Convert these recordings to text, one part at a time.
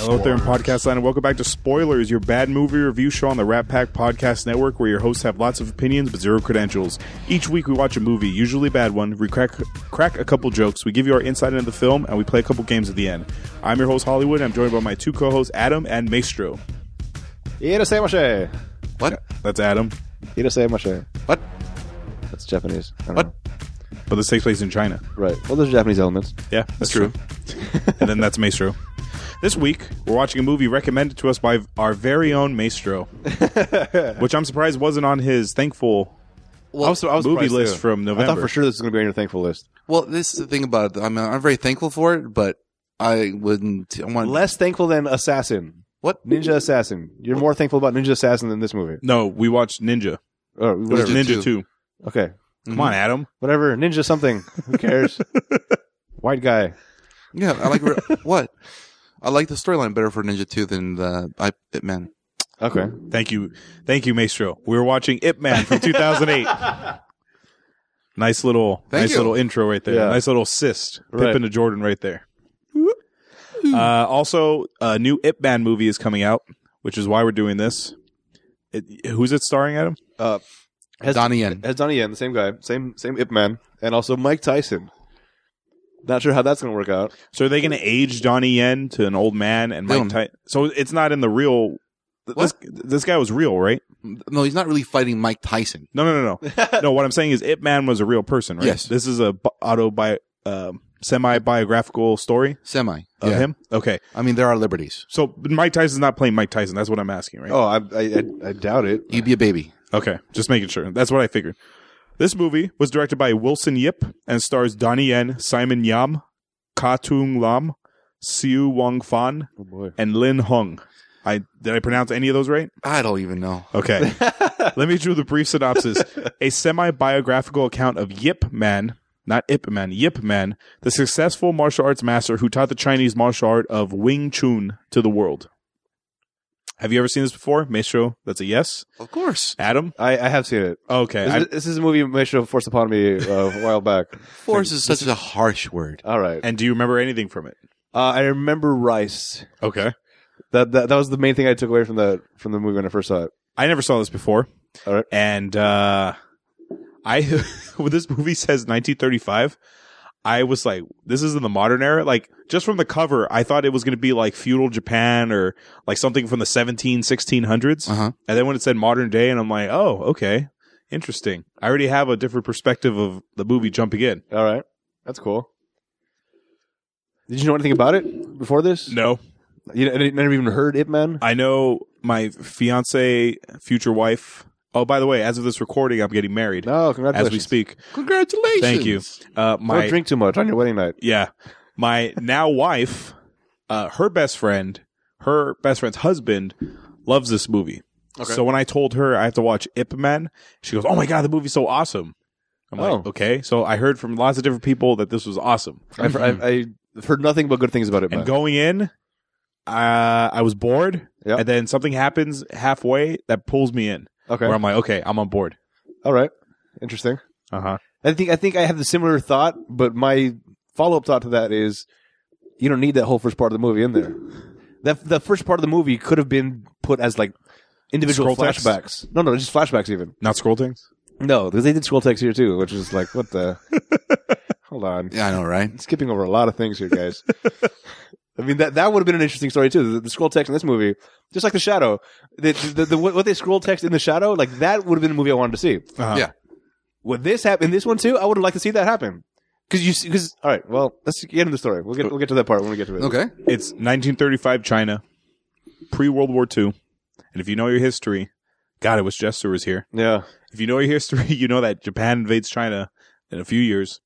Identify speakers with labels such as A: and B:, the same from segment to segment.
A: Hello, Theron Podcast Line, and welcome back to Spoilers, your bad movie review show on the Rat Pack Podcast Network, where your hosts have lots of opinions but zero credentials. Each week, we watch a movie, usually a bad one, we crack, crack a couple jokes, we give you our insight into the film, and we play a couple games at the end. I'm your host, Hollywood, and I'm joined by my two co hosts, Adam and Maestro.
B: Irasemashi.
C: What?
A: That's Adam,
B: Irasemashi.
C: What?
B: That's Japanese. I don't
C: What?
B: know.
A: but this takes place in China.
B: Right. Well, there's Japanese elements.
A: Yeah, that's, true. and then that's Maestro. This week, we're watching a movie recommended to us by our very own Maestro, which I'm surprised wasn't on his thankful
C: Well,
A: movie
B: surprised,
A: list
B: too.
A: from November.
B: I thought for sure this was going to be on your thankful list.
C: well, this is the thing about it. I'm uh, I'm very thankful for it, but I wouldn't. I want
B: Less thankful than Assassin,
C: what?
B: Ninja Assassin. You're more thankful about Ninja Assassin than this movie.
A: No, we watched Ninja.
B: Oh,
A: It was
B: whatever.
C: Ninja
A: Ninja 2.
B: Okay,
A: Come on, Adam.
B: whatever. Ninja something. Who cares? White guy.
C: Yeah, I like what. I like the storyline better for Ninja Two than the I Ip Man.
B: Okay.
A: Thank you. Thank you, Maestro. We were watching Ip Man from 2008. nice little
C: Thank
A: nice
C: you.
A: little intro right there.
B: Yeah.
A: Nice little assist.
B: Right.
A: Pippin to Jordan right there. Uh, also, a new Ip Man movie is coming out, which is why we're doing this. It, who's it starring, Adam?
B: Uh, has
C: Donnie Yen.
B: has Donnie Yen, the same guy, same same Ip Man, and also Mike Tyson. Not sure how that's going to work out.
A: So are they going to age Donnie Yen to an old man and Mike
C: Boom.
A: Ty- So it's not in the real. th- This, this guy was real, right?
C: No, he's not really fighting Mike Tyson.
A: No, no, no, no. no, what I'm saying is Ip Man was a real person, right?
C: Yes.
A: This is a bi- auto bi- um, semi biographical story
C: Semi.
A: of
C: yeah.
A: him. Okay.
C: I mean, there are liberties.
A: So but Mike Tyson's not playing Mike Tyson. That's what I'm asking, right?
B: Oh, I I, I, I doubt it.
C: You be a baby.
A: Okay. Just making sure. That's what I figured. This movie was directed by Wilson Yip and stars Donnie Yen, Simon Yam, Katung Lam, Siu Wong Fan,
B: Oh boy.
A: and Lin Hung. I did I pronounce any of those right?
C: I don't even know.
A: Okay. Let me do the brief synopsis. A semi biographical account of Yip Man, not Ip Man, Yip Man, the successful martial arts master who taught the Chinese martial art of Wing Chun to the world. Have you ever seen this before? Maestro, that's a yes.
C: Of course.
A: Adam?
B: I, I have seen it.
A: Okay.
B: This,
A: I-
B: is, this is a movie Maestro forced upon me uh, a while back.
C: Force is such a harsh word.
B: All right.
A: and do you remember anything from it?
B: Uh, I remember Rice.
A: Okay.
B: That, that that was the main thing I took away from the from the movie when I first saw it.
A: I never saw this before.
B: All right.
A: And uh, I, when this movie says 1935, I was like, this is in the modern era. Like, just from the cover, I thought it was going to be like feudal Japan or like something from the 17, 1600s.
C: Uh-huh.
A: And then when it said modern day, and I'm like, oh, okay, interesting. I already have a different perspective of the movie jumping in.
B: All right, that's cool. Did you know anything about it before this?
A: No.
B: you n- never even heard Ip Man.
A: I know my fiance, future wife. Oh, by the way, as of this recording, I'm getting married
B: No,
A: as
B: congratulations.
A: we speak.
C: Congratulations.
A: Thank you. Uh, my
B: Don't drink too much on your wedding night.
A: Yeah. My now wife, uh, her best friend, her best friend's husband loves this movie.
C: Okay.
A: So when I told her I have to watch Ip Man, she goes, Oh my God, the movie's so awesome. I'm like,
B: Oh.
A: okay. So I heard from lots of different people that this was awesome.
B: I've, I've, I've heard nothing but good things about Ip Man.
A: Mm-hmm. And going in, uh, I was bored.
B: Yep.
A: And then something happens halfway that pulls me in
B: okay,
A: where I'm like, okay, I'm on board.
B: all right, interesting.
A: Uh huh.
B: I think I think I have the similar thought, but my follow up thought to that is you don't need that whole first part of the movie in there. That the first part of the movie could have been put as like individual
A: Scroll text?
B: flashbacks. No, no, just flashbacks even.
A: Not scroll things?
B: No, because they did scroll text here too, which is like what the Hold on.
C: Yeah, I know, right?
B: Skipping over a lot of things here, guys. I mean that that would have been an interesting story too. The, the scroll text in this movie, just like the shadow, the, the, the what what they scroll text in the shadow, like that would have been a movie I wanted to see
A: Uh-huh.
C: Yeah.
B: would this happen? This one too. I would have liked to see that happen. Because you, because all right. Well, let's get into the story. We'll get we'll get to that part when we get to it.
C: Okay.
A: It's 1935 China, pre World War II. And if you know your history, God, I wish Jester was here.
B: Yeah.
A: If you know your history, you know that Japan invades China in a few years.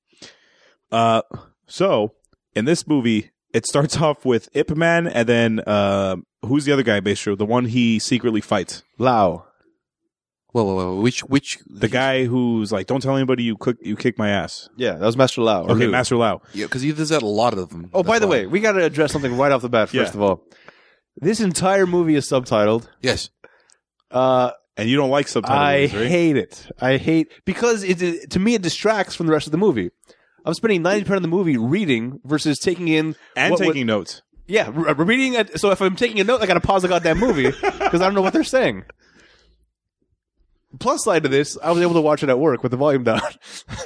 A: Uh, so in this movie, it starts off with Ip Man, and then uh, who's the other guy? Basically, the one he secretly fights,
B: Lao.
C: Whoa, whoa, whoa. Which, which,
A: the guy who's like, "Don't tell anybody you cook, you kick my ass."
B: Yeah, that was Master Lao. or
A: Okay,
B: Lu.
A: Master Lao.
C: Yeah, because he does that a lot of them.
B: Oh, by
C: That's
B: the
C: why.
B: way, we got to address something right off the bat. First
A: Yeah.
B: of all, this entire movie is subtitled.
C: Yes.
B: Uh,
A: And you don't like
B: I
A: subtitles, right?
B: hate it. I hate because it, it to me it distracts from the rest of the movie. I'm spending ninety percent of the movie reading versus taking in
A: and
B: what- what-
A: taking notes.
B: Yeah, re- re- reading it. So if I'm taking a note, I got to pause the goddamn movie because I don't know what they're saying. Plus side to this, I was able to watch it at work with the volume down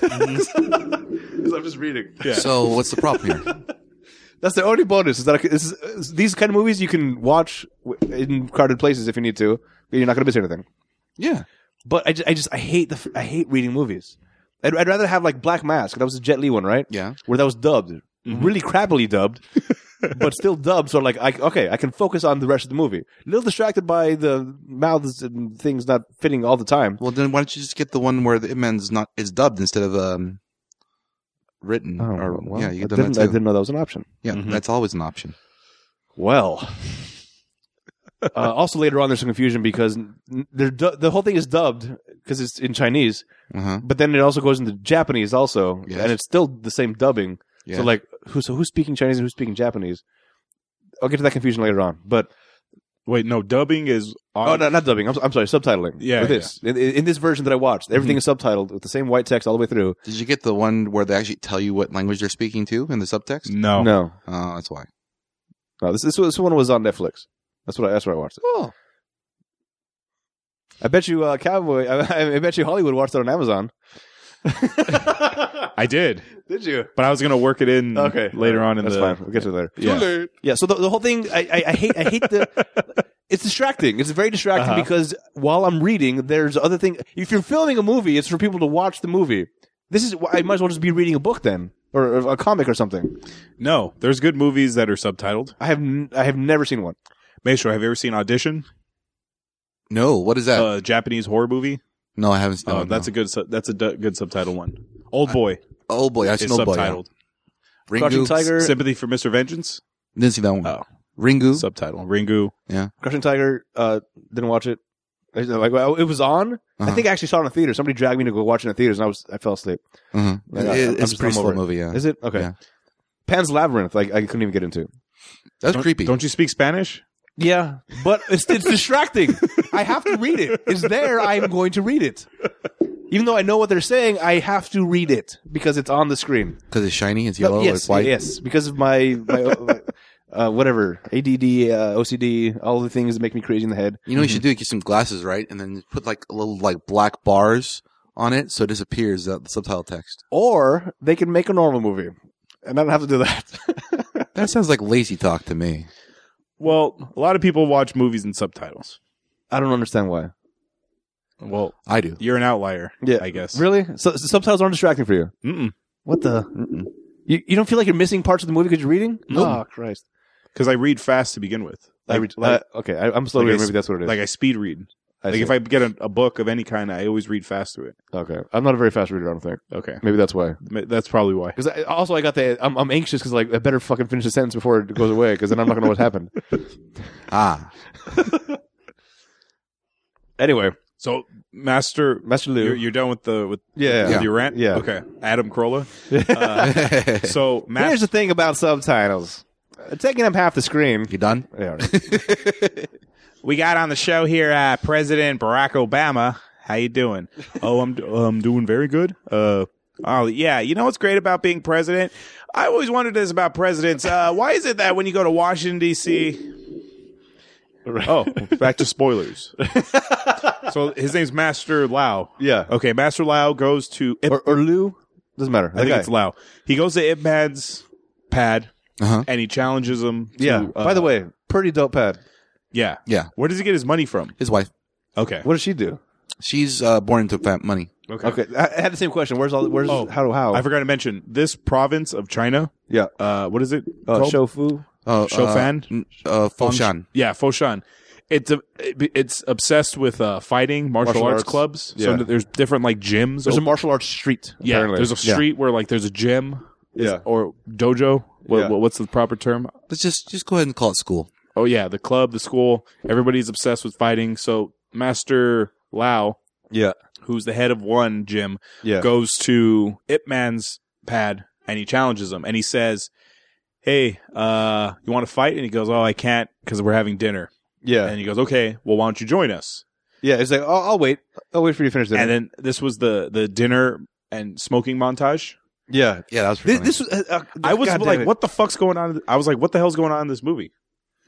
B: because I'm just reading.
A: Yeah.
C: So what's the problem here?
B: That's the only bonus. Is that I could- this is, these kind of movies you can watch w- in crowded places if you need to. You're not going to miss anything.
C: Yeah.
B: But I just, I just I hate the f- I hate reading movies. I'd, I'd rather have like Black Mask. That was a Jet Li one, right?
C: Yeah.
B: where that was dubbed,
C: Mm-hmm.
B: really crappily dubbed, but still dubbed. So like, I, okay, I can focus on the rest of the movie. A little distracted by the mouths and things not fitting all the time.
C: Well, then why don't you just get the one where the Ipman's not is dubbed instead of um written? or yeah, you
B: I,
C: could have
B: didn't,
C: done
B: mm-hmm.
C: that
B: I
C: too.
B: didn't know Oh, that was an option.
C: Yeah, that's always an option.
B: Well. uh, also, later on, there's some confusion because n- they're du- the whole thing is dubbed because it's in Chinese,
C: Uh-huh.
B: but then it also goes into Japanese also,
C: Yes.
B: and it's still the same dubbing.
C: Yeah.
B: So like, who so who's speaking Chinese and who's speaking Japanese? I'll get to that confusion later on, but
A: Wait, no, dubbing is on.
B: Oh, no, not dubbing. I'm, I'm sorry, subtitling.
A: Yeah, Mm-hmm.
B: With this. In, in this version that I watched, everything is subtitled with the same white text all the way through.
C: Did you get the one where they actually tell you what language they're speaking to in the subtext?
A: no.
B: No,
C: Oh, that's why.
B: no. This, this this one was on Netflix. That's what I, that's where I watched it.
C: Oh,
B: I bet you, uh, Cowboy. I, I bet you Hollywood watched it on Amazon.
A: I did,
B: Did you?
A: but I was gonna work it in
B: Okay.
A: Mm, later on in
B: That's
A: the.
B: fine. We'll get to it later.
A: Yeah.
B: Yeah. So the, the whole thing, I, I, I hate, I hate the. It's distracting. It's very distracting
A: Uh-huh.
B: because while I'm reading, there's other thing. If you're filming a movie, it's for people to watch the movie. This is. I might as well just be reading a book then, or, or a comic or something.
A: No, there's good movies that are subtitled.
B: I have, n- I have never seen one.
A: Maestro, have you ever seen Audition?
C: no. What is that?
A: A Japanese horror movie.
C: no, I haven't.
A: Uh, Oh, that's a good. Su- that's a du- good subtitle one. Old Boy
C: Oh boy, I
A: is
C: snowball.
A: subtitled.
C: Ringu,
B: Crouching Tiger,
A: Sympathy for Mr. Vengeance.
C: Didn't see that one.
A: Oh.
C: Ringu.
A: Subtitle. Ringu.
B: Crushing Tiger. Uh, didn't watch it. I was Like well, it was on. I
C: Uh-huh.
B: think I actually saw it in a theater. Somebody dragged me to go watch it in the theaters, and I was I fell asleep.
C: Mhm.
B: Like,
C: It-
B: I- I'm
C: it's
B: just
C: a pretty
B: numb
C: slow
B: over it.
C: movie. Yeah,
B: Is it okay?
C: Yeah.
B: Pan's Labyrinth. Like I couldn't even get into.
C: that's
A: Don't-
C: creepy.
A: Don't you speak Spanish?
B: Yeah, but it's it's distracting. I have to read it. It's there. I am going to read it, even though I know what they're saying. I have to read it because it's on the screen.
C: because it's shiny, it's
B: No,
C: yellow,
B: yes,
C: it's white.
B: yes, because of my my. my Uh, whatever ADD, uh, OCD, all the things that make me crazy in the head.
C: You know, what you should do get some glasses, right, and then put like little like black bars on it so it disappears uh, the subtitle text.
B: or they can make a normal movie, and I don't have to do that.
C: That sounds like lazy talk to me.
A: Well, a lot of people watch movies in subtitles.
B: I don't understand why.
A: Well,
C: I do.
A: you're an outlier.
B: Yeah,
A: I guess.
B: Really? So, so subtitles aren't distracting for you.
A: Really?
B: What the? You, you don't feel like you're missing parts of the movie because you're reading? Oh Christ!
A: Because I read fast to begin with.
B: I
A: Like,
B: read,
A: like,
B: uh, okay, I, I'm slow
A: like I
B: reader.
A: s-
B: Maybe that's what it is.
A: like I speed read.
B: I
A: like
B: see.
A: if I get a, a book of any kind, I always read fast through it.
B: okay, I'm not a very fast reader. I don't think.
A: Okay,
B: Maybe that's why.
A: Ma- that's probably why.
B: Because I, also I got the I'm, I'm anxious because like I better fucking finish the sentence before it goes away because then I'm not gonna know what happened.
C: Ah,
B: Anyway,
A: So, Master,
B: Master Liu.
A: you're, you're done with the with
B: yeah.
A: with
B: yeah.
A: your rant.
B: Yeah.
A: Okay, Adam Carolla.
B: Uh,
A: Uh, So,
B: Here's
A: Master,
B: the thing about subtitles. Taking up half the screen.
C: you done?
B: Yeah, all right.
A: we got on the show here uh, President Barack Obama. How you doing? oh, I'm do- I'm doing very good. Uh, oh yeah, you know what's great about being president? I always wondered this about presidents. Uh, why is it that when you go to Washington D.C. Oh, back to spoilers. so his name's Master Lau.
B: Yeah.
A: Okay, Master Lau goes to Ip-
B: or, or Lou. Doesn't matter.
A: I think it's Lau. He goes to Ip Man's pad
C: Uh-huh.
A: and he challenges him. to,
B: yeah.
A: uh,
B: By the way, pretty dope pad.
A: yeah,
C: Yeah.
A: Where does he get his money from?
C: His wife.
A: Okay,
B: What does she do?
C: She's uh, born into fat money.
A: okay.
B: Okay, I I had the same question. Where's all? Where's
A: Oh,
B: how to how?
A: I forgot to mention this province of China.
B: yeah,
A: Uh, what is it?
B: uh,
A: called?
B: Shofu.
C: Oh,
A: Shofan?
C: Uh, n- uh, Foshan.
A: yeah, Foshan. It's a, it- it's obsessed with uh, fighting martial,
B: Martial
A: arts,
B: arts.
A: clubs.
B: Yeah.
A: So there's different like gyms.
B: There's a
A: Oh,
B: martial arts street.
A: yeah,
B: apparently.
A: there's a street where like there's a gym. Is-
B: Yeah.
A: or dojo. What,
B: Yeah.
A: what- what's the proper term?
C: Let's just just go ahead and call it school.
A: Oh yeah, the club, the school. Everybody's obsessed with fighting. So Master Lao,
B: Yeah,
A: who's the head of one gym,
B: yeah.
A: goes to Ip Man's pad and he challenges him and he says, Hey, uh, you want to fight? And he goes, Oh, I can't because we're having dinner.
B: Yeah,
A: And he goes, Okay, well, why don't you join us?
B: yeah. It's like oh, I'll wait. I'll wait for you to finish that.
A: And then this was the, the dinner and smoking montage.
B: Yeah.
C: Yeah, that was
B: This,
C: pretty
B: this was, uh, uh,
A: I was
B: God damn
A: like,
B: it.
A: what the fuck's going on? in th- I was like, what the hell's going on in this movie?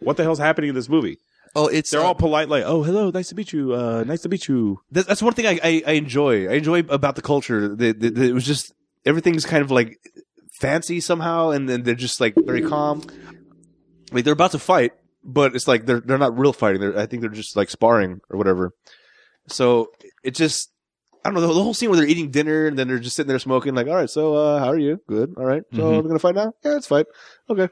A: What the hell's happening in this movie?
C: funny. oh, it's
A: They're
C: uh,
A: all polite, like, "Oh, hello, nice to meet you. Uh, nice to meet you."
B: That's, that's one thing I, I, I enjoy. I enjoy about the culture that, that, that it was just everything's kind of like fancy somehow, and then they're just like very calm. Like they're about to fight, but it's like they're they're not real fighting. They're, I think they're just like sparring or whatever. So it just I don't know the, the whole scene where they're eating dinner and then they're just sitting there smoking. Like, all right, so uh, how are you? Good. All right. So
A: Mhm.
B: we're gonna fight now. Yeah, let's fight. Okay.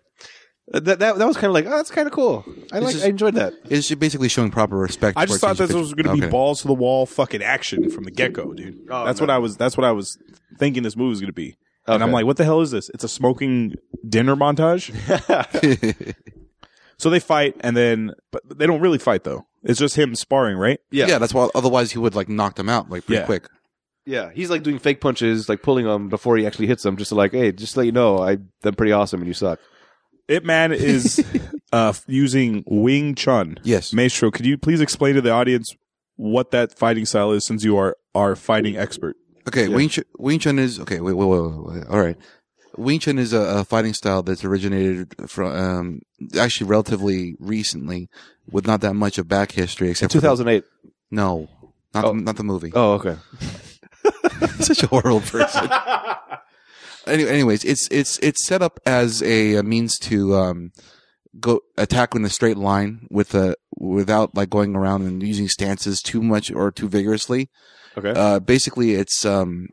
B: Uh, That that, that was kind of like oh, that's kind of cool. I
C: This
B: like
C: is-
B: I enjoyed that.
C: it's just basically showing proper respect.
A: I just thought
C: towards
A: this
C: each-
A: was going to be
C: okay.
A: balls to the wall, fucking action from the get go, dude.
B: Oh,
A: that's
B: no.
A: what I was. That's what I was thinking this movie was going to be. And I'm
B: Okay.
A: like, what the hell is this? It's a smoking dinner montage. so they fight, and then but they don't really fight though. It's just him sparring, right?
C: yeah. that's why. Otherwise, he would like knock them out like pretty
A: Yeah.
C: quick.
B: Yeah, he's like doing fake punches, like pulling them before he actually hits them, just like, hey, just to let you know, I, I'm pretty awesome and you suck.
A: It man is uh, f- using Wing Chun.
C: Yes.
A: Maestro, could you please explain to the audience what that fighting style is, since you are our fighting expert?
C: Okay, Wing, Chun, Wing Chun is okay. Wait, wait, wait, wait, wait. All right, Wing Chun is a, a fighting style that's originated from um, actually relatively recently, with not that much of back history except for the-
B: 2008.
C: no, not
B: Oh.
C: the, not the movie.
B: Oh, okay.
C: Such a horrible person. anyway, anyways, it's it's it's set up as a, uh means to um, go attack in a straight line with a without like going around and using stances too much or too vigorously.
B: Okay.
C: Uh, basically, it's um,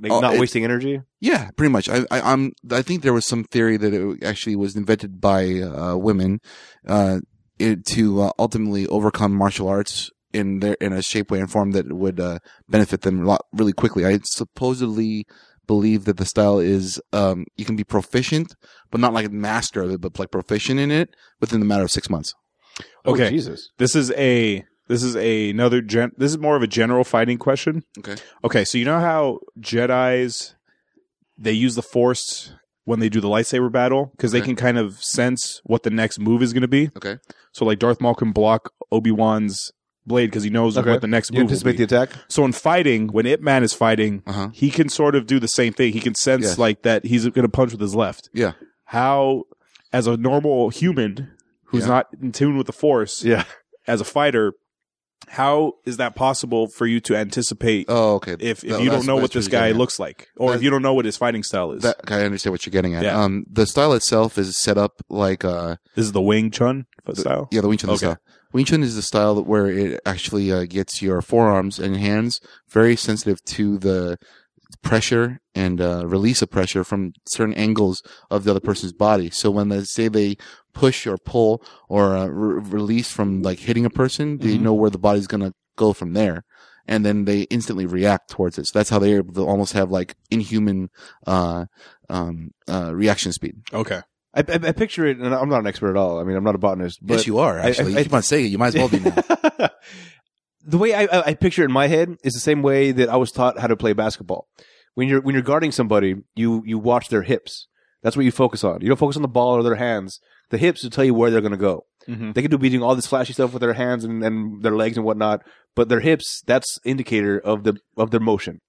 B: like
C: oh,
B: not
C: it-
B: wasting energy.
C: Yeah, pretty much. I, I, I'm. I think there was some theory that it actually was invented by uh, women uh, it, to uh, ultimately overcome martial arts in their in a shape, way, and form that would uh, benefit them a lot really quickly. I supposedly believe that the style is um, you can be proficient, but not like master of it, but like proficient in it within the matter of six months.
A: Okay.
B: Oh, Jesus.
A: This is a this is a, another gen. This is more of a general fighting question.
C: Okay.
A: Okay, so you know how Jedi's they use the Force when they do the lightsaber battle because they
C: Okay.
A: can kind of sense what the next move is going to be.
C: Okay.
A: So like Darth Maul can block Obi Wan's blade because he knows
B: Okay.
A: what the next
B: You
A: move is.
B: anticipate the attack?
A: So in fighting, when Ip Man is fighting,
C: Uh huh.
A: he can sort of do the same thing. He can sense
C: Yes.
A: like that he's going to punch with his left.
C: Yeah.
A: How, as a normal human who's
C: Yeah.
A: not in tune with the force,
B: Yeah.
A: as a fighter, how is that possible for you to anticipate
C: Oh, okay.
A: if, if
C: No,
A: you
C: that's-
A: don't know what
C: that's
A: this
C: you're
A: guy
C: getting at.
A: looks like, or if
C: That-
A: you don't know what his fighting style is?
C: That, okay, I understand what you're getting at.
A: Yeah.
C: Um, the style itself is set up like uh,
A: this is the Wing Chun style.
C: Yeah, the Wing Chun
A: Okay.
C: style. Wing Chun is the style that where it actually uh, gets your forearms and hands very sensitive to the pressure and uh, release of pressure from certain angles of the other person's body. So when they say they push or pull or uh, re- release from like hitting a person, they
A: Mhm.
C: know where the body's gonna go from there. And then they instantly react towards it. So that's how they're able to almost have like inhuman uh, um, uh, reaction speed.
A: Okay.
B: I, I, I picture it, and I'm not an expert at all. I mean, I'm not a botanist. But
C: you are.
B: I- actually. I- You I- keep
C: on saying it. You might as well be now.
B: the way I, I, I picture it in my head is the same way that I was taught how to play basketball. When you're when you're guarding somebody, you you watch their hips. That's what you focus on. You don't focus on the ball or their hands. The hips will tell you where they're going to go.
A: Mm-hmm.
B: They could do beating all this flashy stuff with their hands and, and their legs and whatnot, but their hips, that's indicator of the of their motion.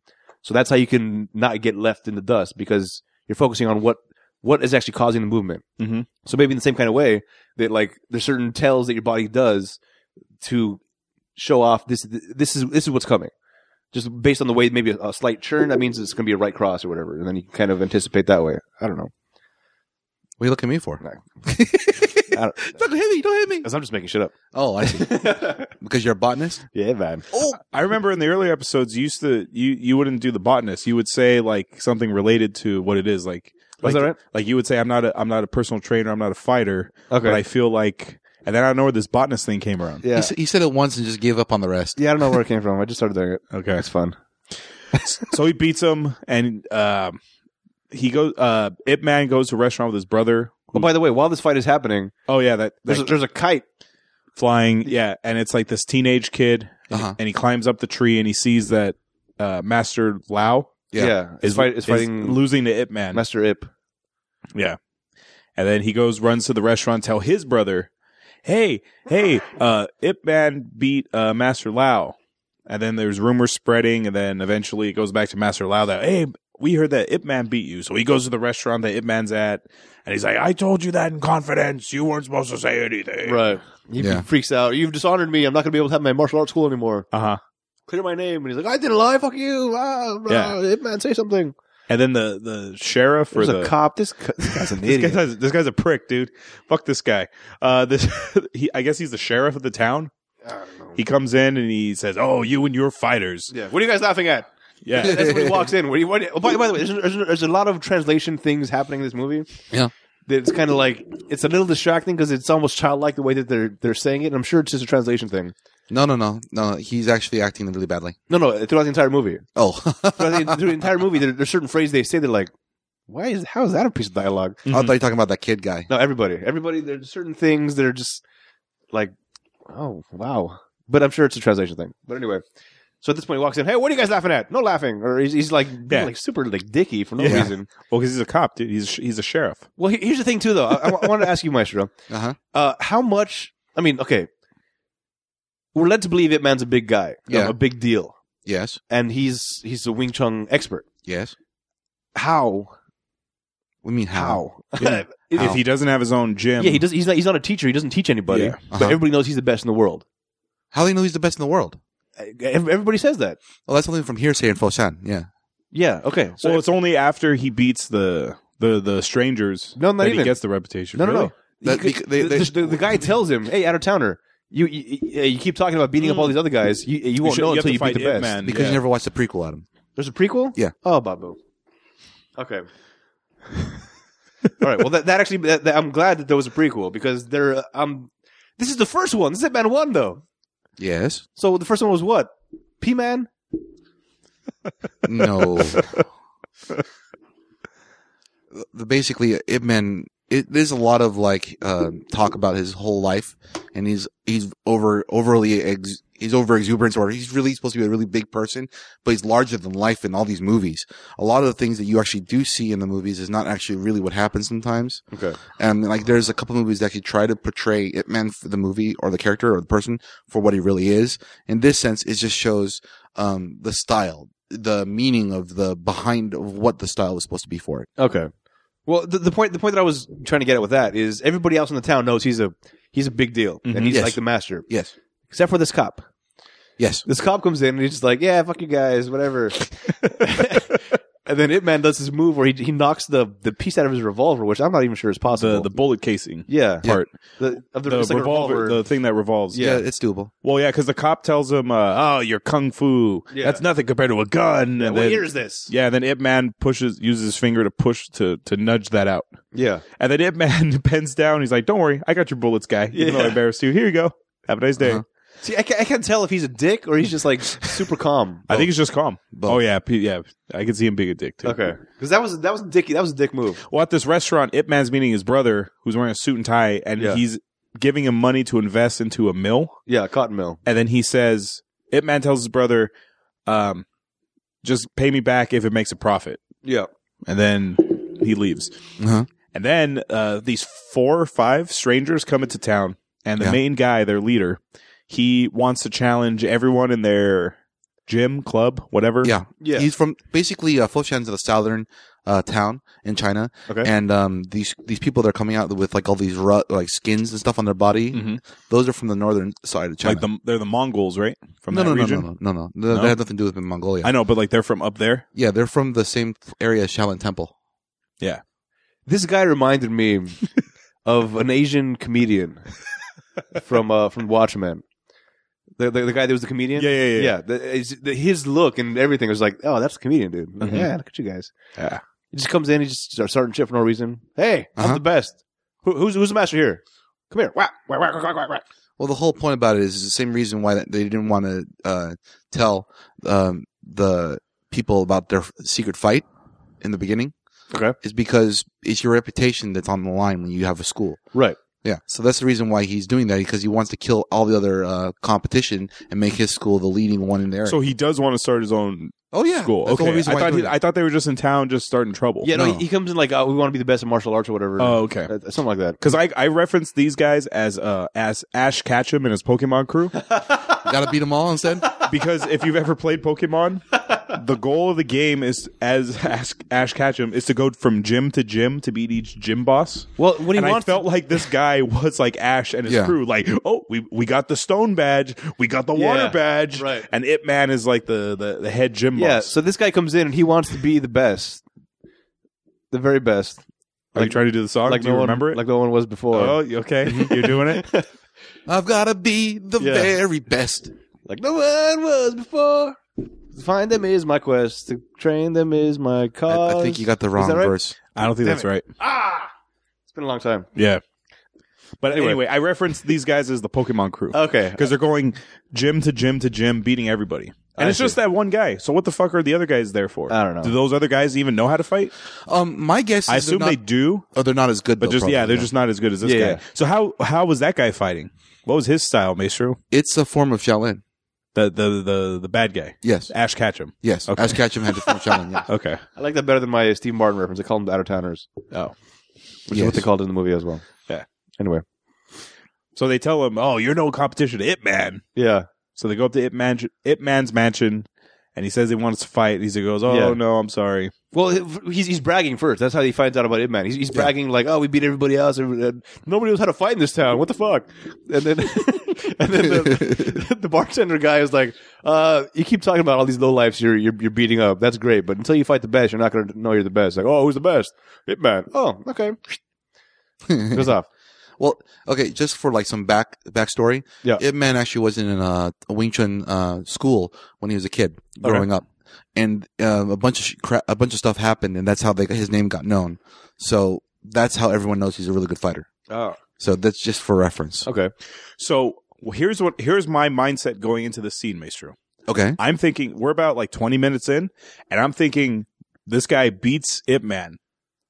B: So that's how you can not get left in the dust because you're focusing on what what is actually causing the movement.
C: Mm-hmm.
A: Mhm.
B: So maybe in the same kind of way that like there's certain tells that your body does to show off this this is this is what's coming. Just based on the way maybe a, a slight churn, that means it's going to be a right cross or whatever, and then you can kind of anticipate that way. I don't know.
C: What are you looking at me for?
B: No.
C: don't,
B: I don't,
C: hit me! Don't hit me!
B: 'cause I'm just making shit up.
C: Oh, I see. because you're a botanist.
B: yeah, man.
C: Oh,
A: I remember in the earlier episodes, you used to you you wouldn't do the botanist. You would say like something related to what it is, like
B: Was
A: like,
B: that right?
A: like you would say, "I'm not a I'm not a personal trainer. I'm not a fighter,
B: Okay.
A: but I feel like." And then I don't know where this botanist thing came around.
B: yeah.
C: he, s- he said it once and just gave up on the rest.
B: Yeah, I don't know where it came from. I just started doing it.
A: Okay,
B: It's fun.
A: so he beats him, and um, he goes. Uh, Ip Man goes to a restaurant with his brother.
B: Oh, by the way, while this fight is happening,
A: Oh yeah, that,
B: there's a,
A: that
B: there's a kite.
A: flying. Yeah, and it's like this teenage kid, and,
C: Uh-huh.
A: and he climbs up the tree, and he sees that uh, Master Lao
C: Yeah.
B: Yeah, is, fight, is fighting
A: losing to Ip Man.
B: Master Ip.
A: And then he goes, runs to the restaurant, tell his brother, "Hey, hey, uh, Ip Man beat uh, Master Lao." And then there's rumors spreading, and then eventually it goes back to Master Lao that, "Hey, we heard that Ip Man beat you. So he goes to the restaurant that Ip Man's at and he's like, I told you that in confidence. You weren't supposed to say anything.
B: Right. He
C: Yeah.
B: freaks out. You've dishonored me. I'm not going to be able to have my martial arts school anymore.
A: Uh huh.
B: Clear my name. And he's like, I didn't lie. Fuck you. Ah,
A: Yeah.
B: ah, Ip man, say something.
A: And then the, the sheriff or
B: There's
A: the
B: a cop. This, cu- this guy's an
A: This
B: idiot.
A: guy's, this guy's a prick, dude. Fuck this guy. Uh, this he, I guess he's the sheriff of the town.
B: I don't know.
A: He comes in and he says, "Oh, you and your fighters."
B: yeah. What are you guys laughing at?
A: Yeah,
B: That's when he walks in. What do you, what, oh, by, by the way, there's, there's, there's a lot of translation things happening in this movie.
C: Yeah.
B: That it's kind of like it's a little distracting because it's almost childlike the way that they're they're saying it. And I'm sure it's just a translation thing.
C: No, no, no, no. He's actually acting really badly.
B: No, no, throughout the entire movie,
C: Oh, I
B: throughout the, through the entire movie, there, there's certain phrases they say. They're like, why is how is that a piece of dialogue?
C: thought you were talking about that kid guy.
B: No, everybody. Everybody, there's certain things that are just like, oh, wow. But I'm sure it's a translation thing. But anyway, so at this point he walks in, hey, what are you guys laughing at? No laughing. Or he's, he's like, being,
A: Yeah.
B: like super like dicky for no
A: Yeah.
B: reason.
A: well, because he's a cop, dude. He's a sh- he's a sheriff.
B: Well, he- here's the thing too, though. I, I wa- I wanted to ask you, Maestro,
C: Uh huh.
B: uh, how much, I mean, okay, we're led to believe it man's a big guy, you know,
C: Yeah.
B: a big deal.
C: Yes.
B: And he's, he's a Wing Chun expert.
C: Yes.
B: How?
C: We mean how?
B: How?
A: Yeah.
B: If-
A: If he doesn't have his own gym,
B: yeah, he does. He's not. He's not a teacher. He doesn't teach anybody.
A: Yeah.
B: But
C: Uh-huh.
B: everybody knows he's the best in the world.
C: How do you know he's the best in the world?
B: Uh, ev- Everybody says that.
C: Well, that's something from hearsay in Fosan. Yeah.
B: Yeah. Okay. So
A: well, it's only after he beats the the the strangers
B: No, not
A: that he
B: even.
A: gets the reputation.
B: no, no, no.
A: Really?
C: That-
B: He could-
C: they-
B: the,
C: they-
B: the- the guy tells him, "Hey, out of towner, you, you you- you keep talking about beating up all these other guys. You, you won't
A: should-
B: know
A: have
B: until
A: to
B: you beat
A: fight
B: the best."
A: Ip Man.
C: Because
A: yeah.
C: you never watched the prequel, Adam.
B: There's a prequel.
C: Yeah.
B: Oh, Babu. Okay. all right. Well, that, that actually, that, that- I'm glad that there was a prequel because there. uh, Um, this is the first one. This is Ip Man one though.
C: Yes.
B: So the first one was what? P Man.
C: No. The- Basically, Ip Man. It, there's a lot of like uh, talk about his whole life, and he's he's over overly ex, he's over exuberant, or he's really supposed to be a really big person, but he's larger than life in all these movies. A lot of the things that you actually do see in the movies is not actually really what happens sometimes.
B: Okay.
C: And like, there's a couple movies that actually try to portray it man for the movie or the character or the person for what he really is. In this sense, it just shows, um, the style, the meaning of the behind of what the style was supposed to be for it.
B: Okay. Well, the, the point the point that I was trying to get at with that is everybody else in the town knows he's a he's a big deal
A: Mhm.
B: and he's
C: Yes.
B: like the master,
C: Yes.
B: except for this cop.
C: Yes.
B: This cop comes in and he's just like, "Yeah, fuck you guys, whatever." and then Ip Man does his move where he he knocks the the piece out of his revolver, which I'm not even sure is
A: the
B: possible.
A: the bullet casing
B: yeah,
A: part,
B: the, of the,
A: the
B: it's like a
A: revolver,
B: revolver.
A: the thing that revolves.
C: Yeah. it's doable.
A: Well, yeah, because the cop tells him, uh, "Oh, you're kung fu.
B: Yeah.
A: That's nothing compared to a gun."
B: Yeah,
A: and
B: what
A: then-
B: year is this?
A: Yeah, and then Ip Man pushes uses his finger to push to to nudge that out.
B: Yeah.
A: And then Ip Man bends down. He's like, "Don't worry, I got your bullets, guy. Even though I
B: Yeah.
A: embarrassed you, here you go. Have a nice day."
C: Uh-huh.
B: See, I, ca- I can't tell if he's a dick or he's just like super calm.
A: I think he's just calm.
C: Both.
A: Oh yeah, P- yeah. I can see him being a dick too.
B: okay, because that was that was a dick that was a dick move.
A: Well, at this restaurant, Ip Man's meeting his brother, who's wearing a suit and tie, and
B: Yeah.
A: he's giving him money to invest into a mill.
B: Yeah, cotton mill.
A: And then he says, Ip Man tells his brother, um, "Just pay me back if it makes a profit."
B: Yeah.
A: And then he leaves.
C: Uh-huh.
A: And then uh, these four or five strangers come into town, and the
C: Yeah.
A: main guy, their leader, he wants to challenge everyone in their gym, club, whatever.
C: Yeah.
B: Yeah.
C: He's from basically uh, Foshan's a southern uh, town in China,
A: Okay.
C: and um, these these people that are coming out with like all these ru- like skins and stuff on their body,
A: Mhm.
C: those are from the northern side of China.
A: like the, they're the Mongols, right? From
C: no,
A: that
C: no, no,
A: region.
C: no, no, no, no, no,
A: No?
C: They have nothing to do with Mongolia.
A: I know, but like they're from up there.
C: Yeah, they're from the same area as Shaolin Temple.
B: This guy reminded me of an Asian comedian from uh, from Watchmen. The, the the guy that was the comedian.
A: yeah, yeah.
B: yeah. the- his- the- his look and everything was like, oh, that's a comedian, dude. Like,
A: Mhm.
B: Yeah, look at you guys.
A: Yeah.
B: He just comes in, he just starts starting shit for no reason. Hey,
C: Uh-huh.
B: I'm the best. Who, who's who's the master here? Come here. Whack, whack, whack, whack, whack, whack.
C: Well, the whole point about it is the same reason why that- they didn't want to uh, tell um, the people about their f- secret fight in the beginning.
B: Okay.
C: Is because it's your reputation that's on the line when you have a school.
B: Right.
C: Yeah. So that's the reason why he's doing that because he wants to kill all the other uh, competition and make his school the leading one in there.
A: So he does want to start his own
C: oh yeah.
A: school.
C: That's
A: okay.
C: the whole reason
A: I
C: why he's
A: thought he,
C: doing
A: I
C: it.
A: thought they were just in town, just starting trouble.
B: Yeah, no,
C: No.
B: He, he comes in like, oh, we want to be the best in martial arts or whatever.
A: Oh, okay.
B: Uh, something like that.
A: Because I I referenced these guys as uh as Ash Ketchum and his Pokemon crew.
C: Gotta beat them all instead.
A: because if you've ever played Pokemon, the goal of the game is as Ash, Ash Ketchum is to go from gym to gym to beat each gym boss.
B: Well, what he
A: and I
B: wants-
A: felt like this guy was like Ash and his
C: Yeah.
A: crew, like, oh, we we got the stone badge, we got the water
B: Yeah,
A: badge,
B: right.
A: and It Man is like the the, the head gym
B: yeah,
A: boss.
B: so this guy comes in and he wants to be the best, the very best,
A: Are you
B: like-
A: trying to do the song?
B: like
A: do
B: no
A: you
B: one,
A: remember it?
B: like no one was before.
A: oh, okay, you're doing it.
C: I've gotta be the
B: Yeah.
C: very best.
B: Like no one was before. To find them is my quest. To train them is my cause.
C: I, I
A: Uh,
C: think you got the wrong
B: that right?
C: verse.
A: I don't think
B: Damn
A: that's
B: it.
A: right.
B: Ah, it's been a long time.
A: Yeah. But anyway.
B: Anyway.
A: I referenced these guys as the Pokemon crew
B: Okay,
A: because they're going gym to gym to gym, beating everybody, and
B: I
A: it's just
B: see.
A: that one guy. So what the fuck are the other guys there for?
B: I don't know.
A: Do those other guys even know how to fight?
C: Um, my guess is
A: I assume
C: they're
A: they
C: not,
A: do,
C: oh, they're not as good.
A: but
C: though,
A: just yeah,
C: probably.
A: they're just not as good as this
B: Yeah,
A: guy.
B: yeah.
A: So how how was that guy fighting? What was his style, Maestro?
C: It's a form of Shaolin.
A: The the the the bad guy,
C: Yes,
A: Ash Ketchum.
C: yes.
A: Okay.
C: Ash Ketchum had to form Shaolin. Yeah.
A: Okay,
B: I like that better than my Steve Martin reference. I call them the Outer Towners, which is
C: Yes.
B: what they called it in the movie as well.
A: Yeah.
B: Anyway,
A: so they tell him, "Oh, you're no competition to Ip Man."
B: yeah,
A: So they go up to Ip, Man- Ip Man's mansion, and he says he wants to fight. He goes, "Oh
B: Yeah.
A: no, I'm sorry."
B: Well, he- he's he's bragging first. That's how he finds out about it, man. He's, he's bragging like, "Oh, we beat everybody else. and- and Nobody knows how to fight in this town. What the fuck?" And then, and then the, the bartender guy is like, uh, "You keep talking about all these low lives you're, you're you're beating up. That's great, but until you fight the best, you're not going to know you're the best. Like, oh, who's the best? It man. Oh, okay. Goes off.
C: Well, okay, just for like some back backstory,
B: Yeah.
C: Ip Man actually was in a, a Wing Chun uh, school when he was a kid growing up, and um, a bunch of sh- cra- a bunch of stuff happened, and that's how they, his name got known. So that's how everyone knows he's a really good fighter.
B: Oh,
C: So that's just for reference.
B: okay.
A: So well, here's what here's my mindset going into the scene, Maestro.
C: Okay,
A: I'm thinking we're about like 20 minutes in, and I'm thinking this guy beats Ip Man,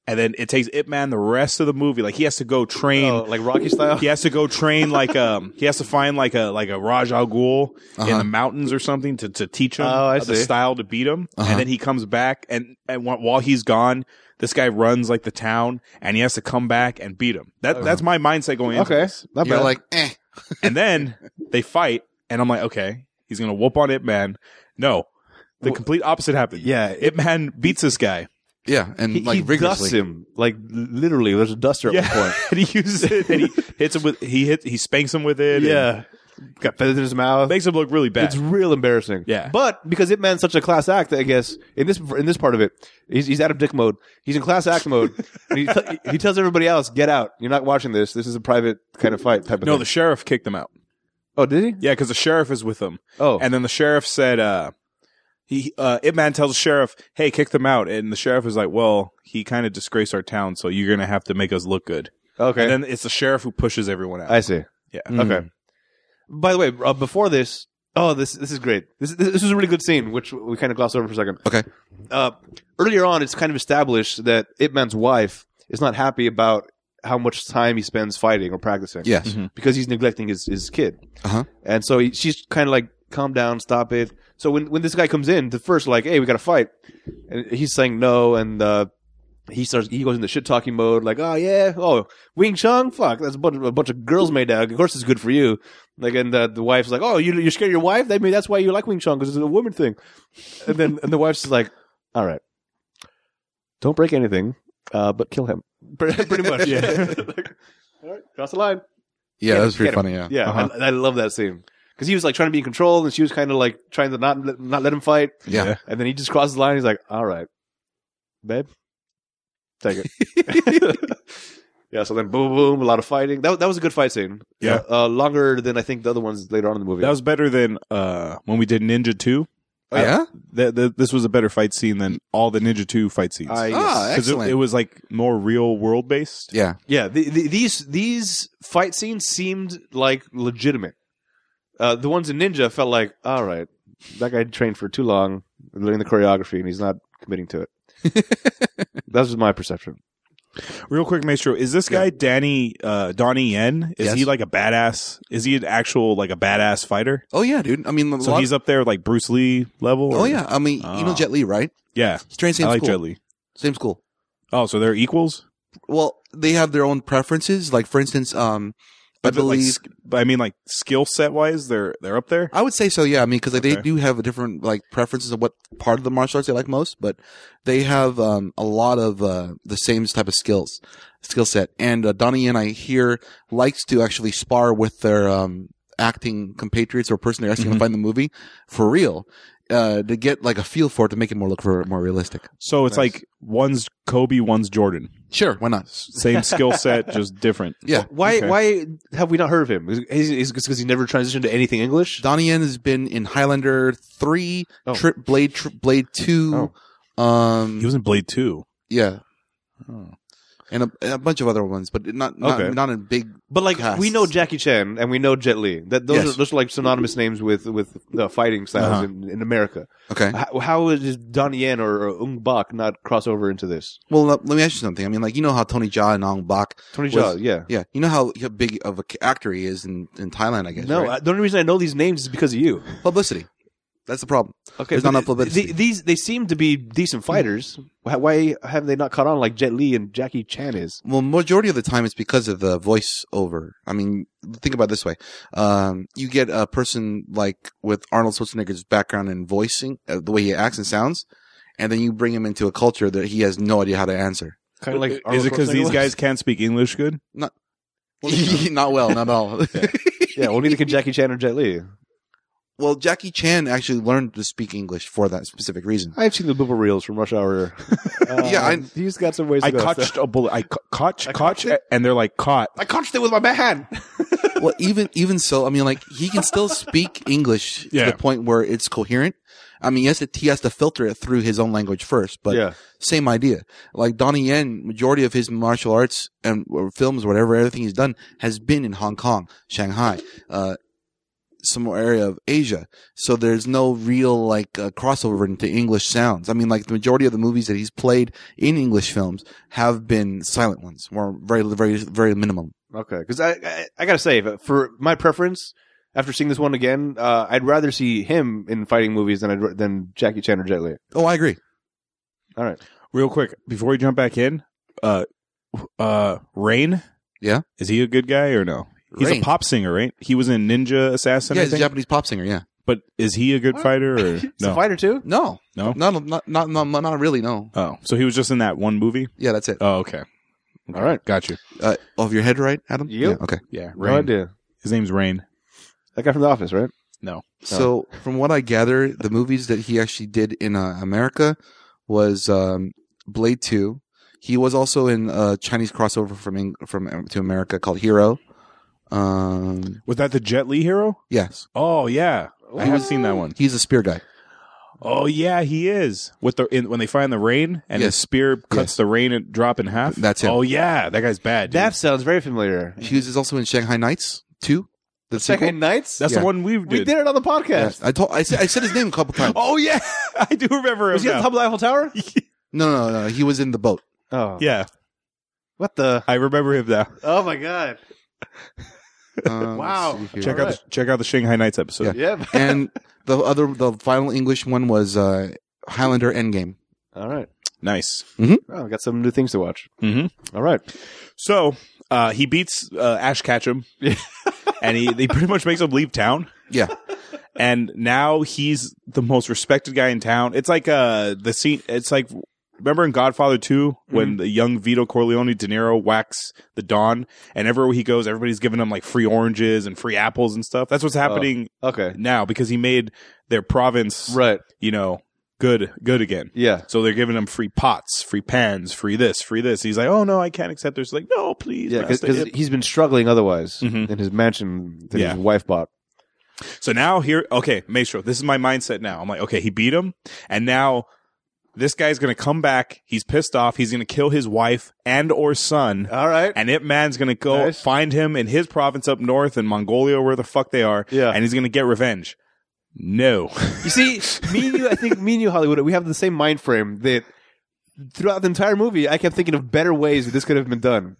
A: and then it takes Ip Man the rest of the movie. Like he has to go train.
B: Oh, like Rocky style.
A: He has to go train like um he has to find like a like a Raj Al Ghul in
C: Uh-huh.
A: the mountains or something to, to teach him
B: Oh, I
A: the
B: see.
A: style to beat him
C: Uh-huh.
A: and then he comes back and and wh- while he's gone this guy runs like the town and he has to come back and beat him that that's my mindset going into
B: Oh. Okay,
A: this.
B: not
C: you're
B: bad.
C: like, eh.
A: And then they fight, and I'm like, okay, he's gonna whoop on Ip Man. No, the
B: Wh-
A: complete opposite happened.
B: yeah.
A: Ip Man beats this guy,
C: yeah, and
B: he,
C: Mm, like
B: he dusts
C: rigorously.
B: him like literally. There's a duster at
A: Yeah.
B: one point.
A: and he uses it, and he hits him with he hits he spanks him with it. and
B: got feathers in his mouth.
A: makes him look really bad.
B: It's real embarrassing.
A: Yeah.
B: but because Ip Man's such a class act, I guess in this in this part of it, he's, he's out of dick mode. He's in class act mode. and he, t- he tells everybody else, "Get out! You're not watching this. This is a private kind of fight type of
A: no,
B: thing."
A: the sheriff kicked him out.
B: oh, did he?
A: Yeah, because the sheriff is with him,
B: Oh,
A: and then the sheriff said, uh, he uh, Ip Man tells the sheriff, "Hey, kick them out," and the sheriff is like, "Well, he kind of disgraced our town, so you're gonna have to make us look good."
B: okay.
A: And then it's the sheriff who pushes everyone out.
B: I see. Mm.
A: Yeah.
C: Mm.
B: Okay. By the way, uh, before this, oh, this this is great. This this, this is a really good scene, which we kind of glossed over for a second.
C: Okay.
B: Uh, earlier on, it's kind of established that Ip Man's wife is not happy about how much time he spends fighting or practicing.
C: Yes.
A: Mhm.
B: because he's neglecting his, his kid.
C: Uh-huh.
B: And so he, she's kind of like, calm down, stop it. So when, when this guy comes in, the first like, hey, we got to fight, and he's saying no, and uh, he starts he goes into shit talking mode, like, oh yeah, oh Wing Chun, fuck, that's a bunch of, a bunch of girls made out. Of course, it's good for you. Like, and the, the wife's like, oh, you you're scared of your wife? That mean that's why you like Wing Chun because it's a woman thing. And then and the wife's just like, all right, don't break anything, uh, but kill him. Pretty much, yeah. like, all right, cross the line. Get
C: Yeah, that
B: him,
C: was pretty
B: get him.
C: funny. Yeah.
B: Yeah,
A: Uh-huh.
B: I, I love that scene because he was like trying to be in control, and she was kind of like trying to not let- not let him fight.
C: Yeah.
A: Yeah.
B: And then he just crosses the line. He's like, "All right, babe, take it." yeah. So then, boom, boom, a lot of fighting. That that was a good fight scene.
A: Yeah.
B: Uh, uh, longer than I think the other ones later on in the movie.
A: That was better than uh, when we did Ninja Two.
C: Oh, yeah?
A: th- th- this was a better fight scene than all the Ninja 2 fight scenes.
B: I-
C: Ah,
A: it,
C: excellent.
A: it was like more real world based.
C: yeah.
B: yeah. The, the, these these fight scenes seemed like legitimate. Uh, the ones in Ninja felt like, all right, that guy trained for too long, learning the choreography, and he's not committing to it. that was my perception.
A: Real quick, Maestro, is this guy Danny uh, Donnie Yen? Is
C: Yes.
A: he like a badass? Is he an actual like a badass fighter?
C: Oh yeah, dude. I mean, a
A: So
C: lot-
A: he's up there like Bruce Lee level.
C: Oh
A: or-
C: yeah. I mean, you
A: Ah.
C: know Jet Li, right?
A: yeah.
C: He's trained same
A: I like
C: school.
A: Jet Li.
C: Same school.
A: Oh, so they're equals?
C: Well, they have their own preferences. Like for instance, um, I
A: but, like,
C: believe.
A: sk- but I mean, like skill set wise, they're they're up there.
C: I would say so, yeah. I mean, because like, they
A: Okay.
C: do have a different like preferences of what part of the martial arts they like most, but they have um, a lot of uh, the same type of skills, skill set. And uh, Donnie and I here likes to actually spar with their um, acting compatriots or person they're asking
A: Mm-hmm.
C: to find the movie for real uh, to get like a feel for it to make it more look for more realistic.
A: So it's
B: Nice.
A: like one's Kobe, one's Jordan.
C: Sure, why not?
A: Same skill set, just different.
C: Yeah.
B: Why?
A: Okay.
B: Why have we not heard of him? Is because he never transitioned to anything English?
C: Donnie Yen has been in Highlander three,
B: Oh.
C: Tri- Blade, Tri- Blade two, um,
A: He was in Blade Two.
C: Yeah. Oh. And a, and a bunch of other ones, but not not,
A: Okay.
C: not in big.
B: But like
C: Cast.
B: we know Jackie Chan and we know Jet Li. That those
C: Yes.
B: are those are like synonymous names with with the fighting styles
A: Uh-huh.
B: in, in America.
C: Okay.
B: How, how is Donnie Yen or, or Ung Bak not cross over into this?
C: Well, let, let me ask you something. I mean, like you know how Tony Jaa and Ong Bak,
B: Tony Jaa,
C: Was-
B: yeah.
C: yeah, you know how how big of an actor he is in, in Thailand. I guess.
B: No,
C: right?
B: I- the only reason I know these names is because of you.
C: publicity. That's the problem.
B: Okay,
C: There's not
B: but
C: enough publicity.
B: the- these they seem to be decent fighters. Why- Why haven't they not caught on like Jet Li and Jackie Chan is?
C: Well, majority of the time it's because of the voiceover. I mean, think about it this way: um, you get a person like with Arnold Schwarzenegger's background in voicing, uh, the way he acts and sounds, and then you bring him into a culture that he has no idea how to answer.
B: Kind of like
A: is
B: Arnold
A: it because
B: Schwarzenegger
A: these
B: was?
A: guys can't speak English good?
C: not well, not at all.
B: yeah, well, neither can Jackie Chan or Jet Li.
C: Well, Jackie Chan actually learned to speak English for that specific reason.
B: I've seen the booble reels from Rush Hour.
C: Yeah,
A: Um,
C: I-
B: he's got some ways.
A: I
B: to go.
A: caught a bullet. I ca- caught caught, and they're like caught.
B: I caught it with my bare hand.
C: well, even even so, I mean, like he can still speak English
A: Yeah.
C: to the point where it's coherent. I mean, yes, it, he has to filter it through his own language first, but
B: yeah,
C: same idea. Like Donnie Yen, majority of his martial arts and or films, whatever, everything he's done has been in Hong Kong, Shanghai, uh, some more area of Asia. So there's no real like uh, crossover into English sounds. I mean, like the majority of the movies that he's played in English films have been silent ones, or very, very, very minimum.
B: okay. Because I, I, I gotta say, but for my preference, after seeing this one again, uh, I'd rather see him in fighting movies than I'd, ra- than Jackie Chan or Jet Li.
C: Oh, I agree.
B: All right,
A: Real quick before we jump back in, uh, uh, Rain.
C: Yeah.
A: is he a good guy or no? He's
C: Rain.
A: a pop singer, right? He was in Ninja Assassin.
C: yeah,
A: I
C: he's a
A: think.
C: Japanese pop singer. Yeah,
A: but is he a good
B: What?
A: fighter or
B: he's a
A: no?
B: fighter too.
C: no,
A: No?
C: not, not, not, not, not really. No,
A: Oh, so he was just in that one movie.
C: yeah, that's it.
A: Oh, okay. All right, got you.
C: Uh, off your head, right, Adam?
B: Yep.
C: Yeah, okay.
A: Yeah,
B: No
A: Rain.
B: idea.
A: His name's Rain.
B: That guy from The Office, right?
C: So from what I gather, the movies that he actually did in uh, America was um, Blade Two. He was also in a Chinese crossover from Eng- from um, to America called Hero. Um,
A: Was that the Jet Li hero?
C: yes,
A: Oh yeah, I have seen that one.
C: he's a spear guy.
A: Oh yeah, he is with the in, when they find the rain and his
C: Yes.
A: spear cuts
C: Yes.
A: the rain and drop in half.
C: That's him.
A: Oh yeah, that guy's bad. Dude.
B: That sounds very familiar.
C: He was is also in Shanghai Nights Two. The sequel.
B: Second Nights.
A: that's
C: yeah.
A: the one we did.
B: we did it on the podcast.
C: Yes. I told I said, I said his name a couple times.
A: Oh yeah, I do remember him.
B: Was he on
A: now.
B: top of the Eiffel Tower?
C: No, no, no. He was in the boat.
B: Oh,
A: yeah,
B: What the?
A: I remember him now.
B: Oh my god!
C: Uh,
B: Wow.
C: let's see here.
A: Check out
B: Alright.
A: the, check out the Shanghai Nights episode.
C: Yeah.
B: Yeah.
C: and the other the final English one was uh, Highlander Endgame.
B: All right.
A: Nice.
B: Oh, I got some new things to watch.
A: Mm-hmm.
B: All right.
A: So uh, he beats uh, Ash Ketchum, and he he pretty much makes him leave town.
C: Yeah.
A: and now he's the most respected guy in town. It's like uh the scene. It's like remember in Godfather Two when the young Vito Corleone De Niro whacks the Don, and everywhere he goes, everybody's giving him like free oranges and free apples and stuff. That's what's happening
B: Okay.
A: now because he made their province,
B: Right.
A: you know, good good again.
B: Yeah.
A: So they're giving him free pots, free pans, free this, free this. He's like, "Oh no, I can't accept this." Like, "No, please."
B: Yeah,
A: Master."
B: because he's been struggling otherwise
A: Mhm.
B: in his mansion that
A: Yeah.
B: his wife bought.
A: So now here, okay, Maestro, this is my mindset now. I'm like, okay, he beat him, and now this guy's gonna come back. He's pissed off. He's gonna kill his wife and or son,
B: All right.
A: and Ip Man's gonna go
B: Nice.
A: find him in his province up north in Mongolia, where the fuck they are,
B: Yeah.
A: and he's gonna get revenge. No,
B: you see, me and you, I think me and you, Hollywood, we have the same mind frame that throughout the entire movie, I kept thinking of better ways that this could have been done.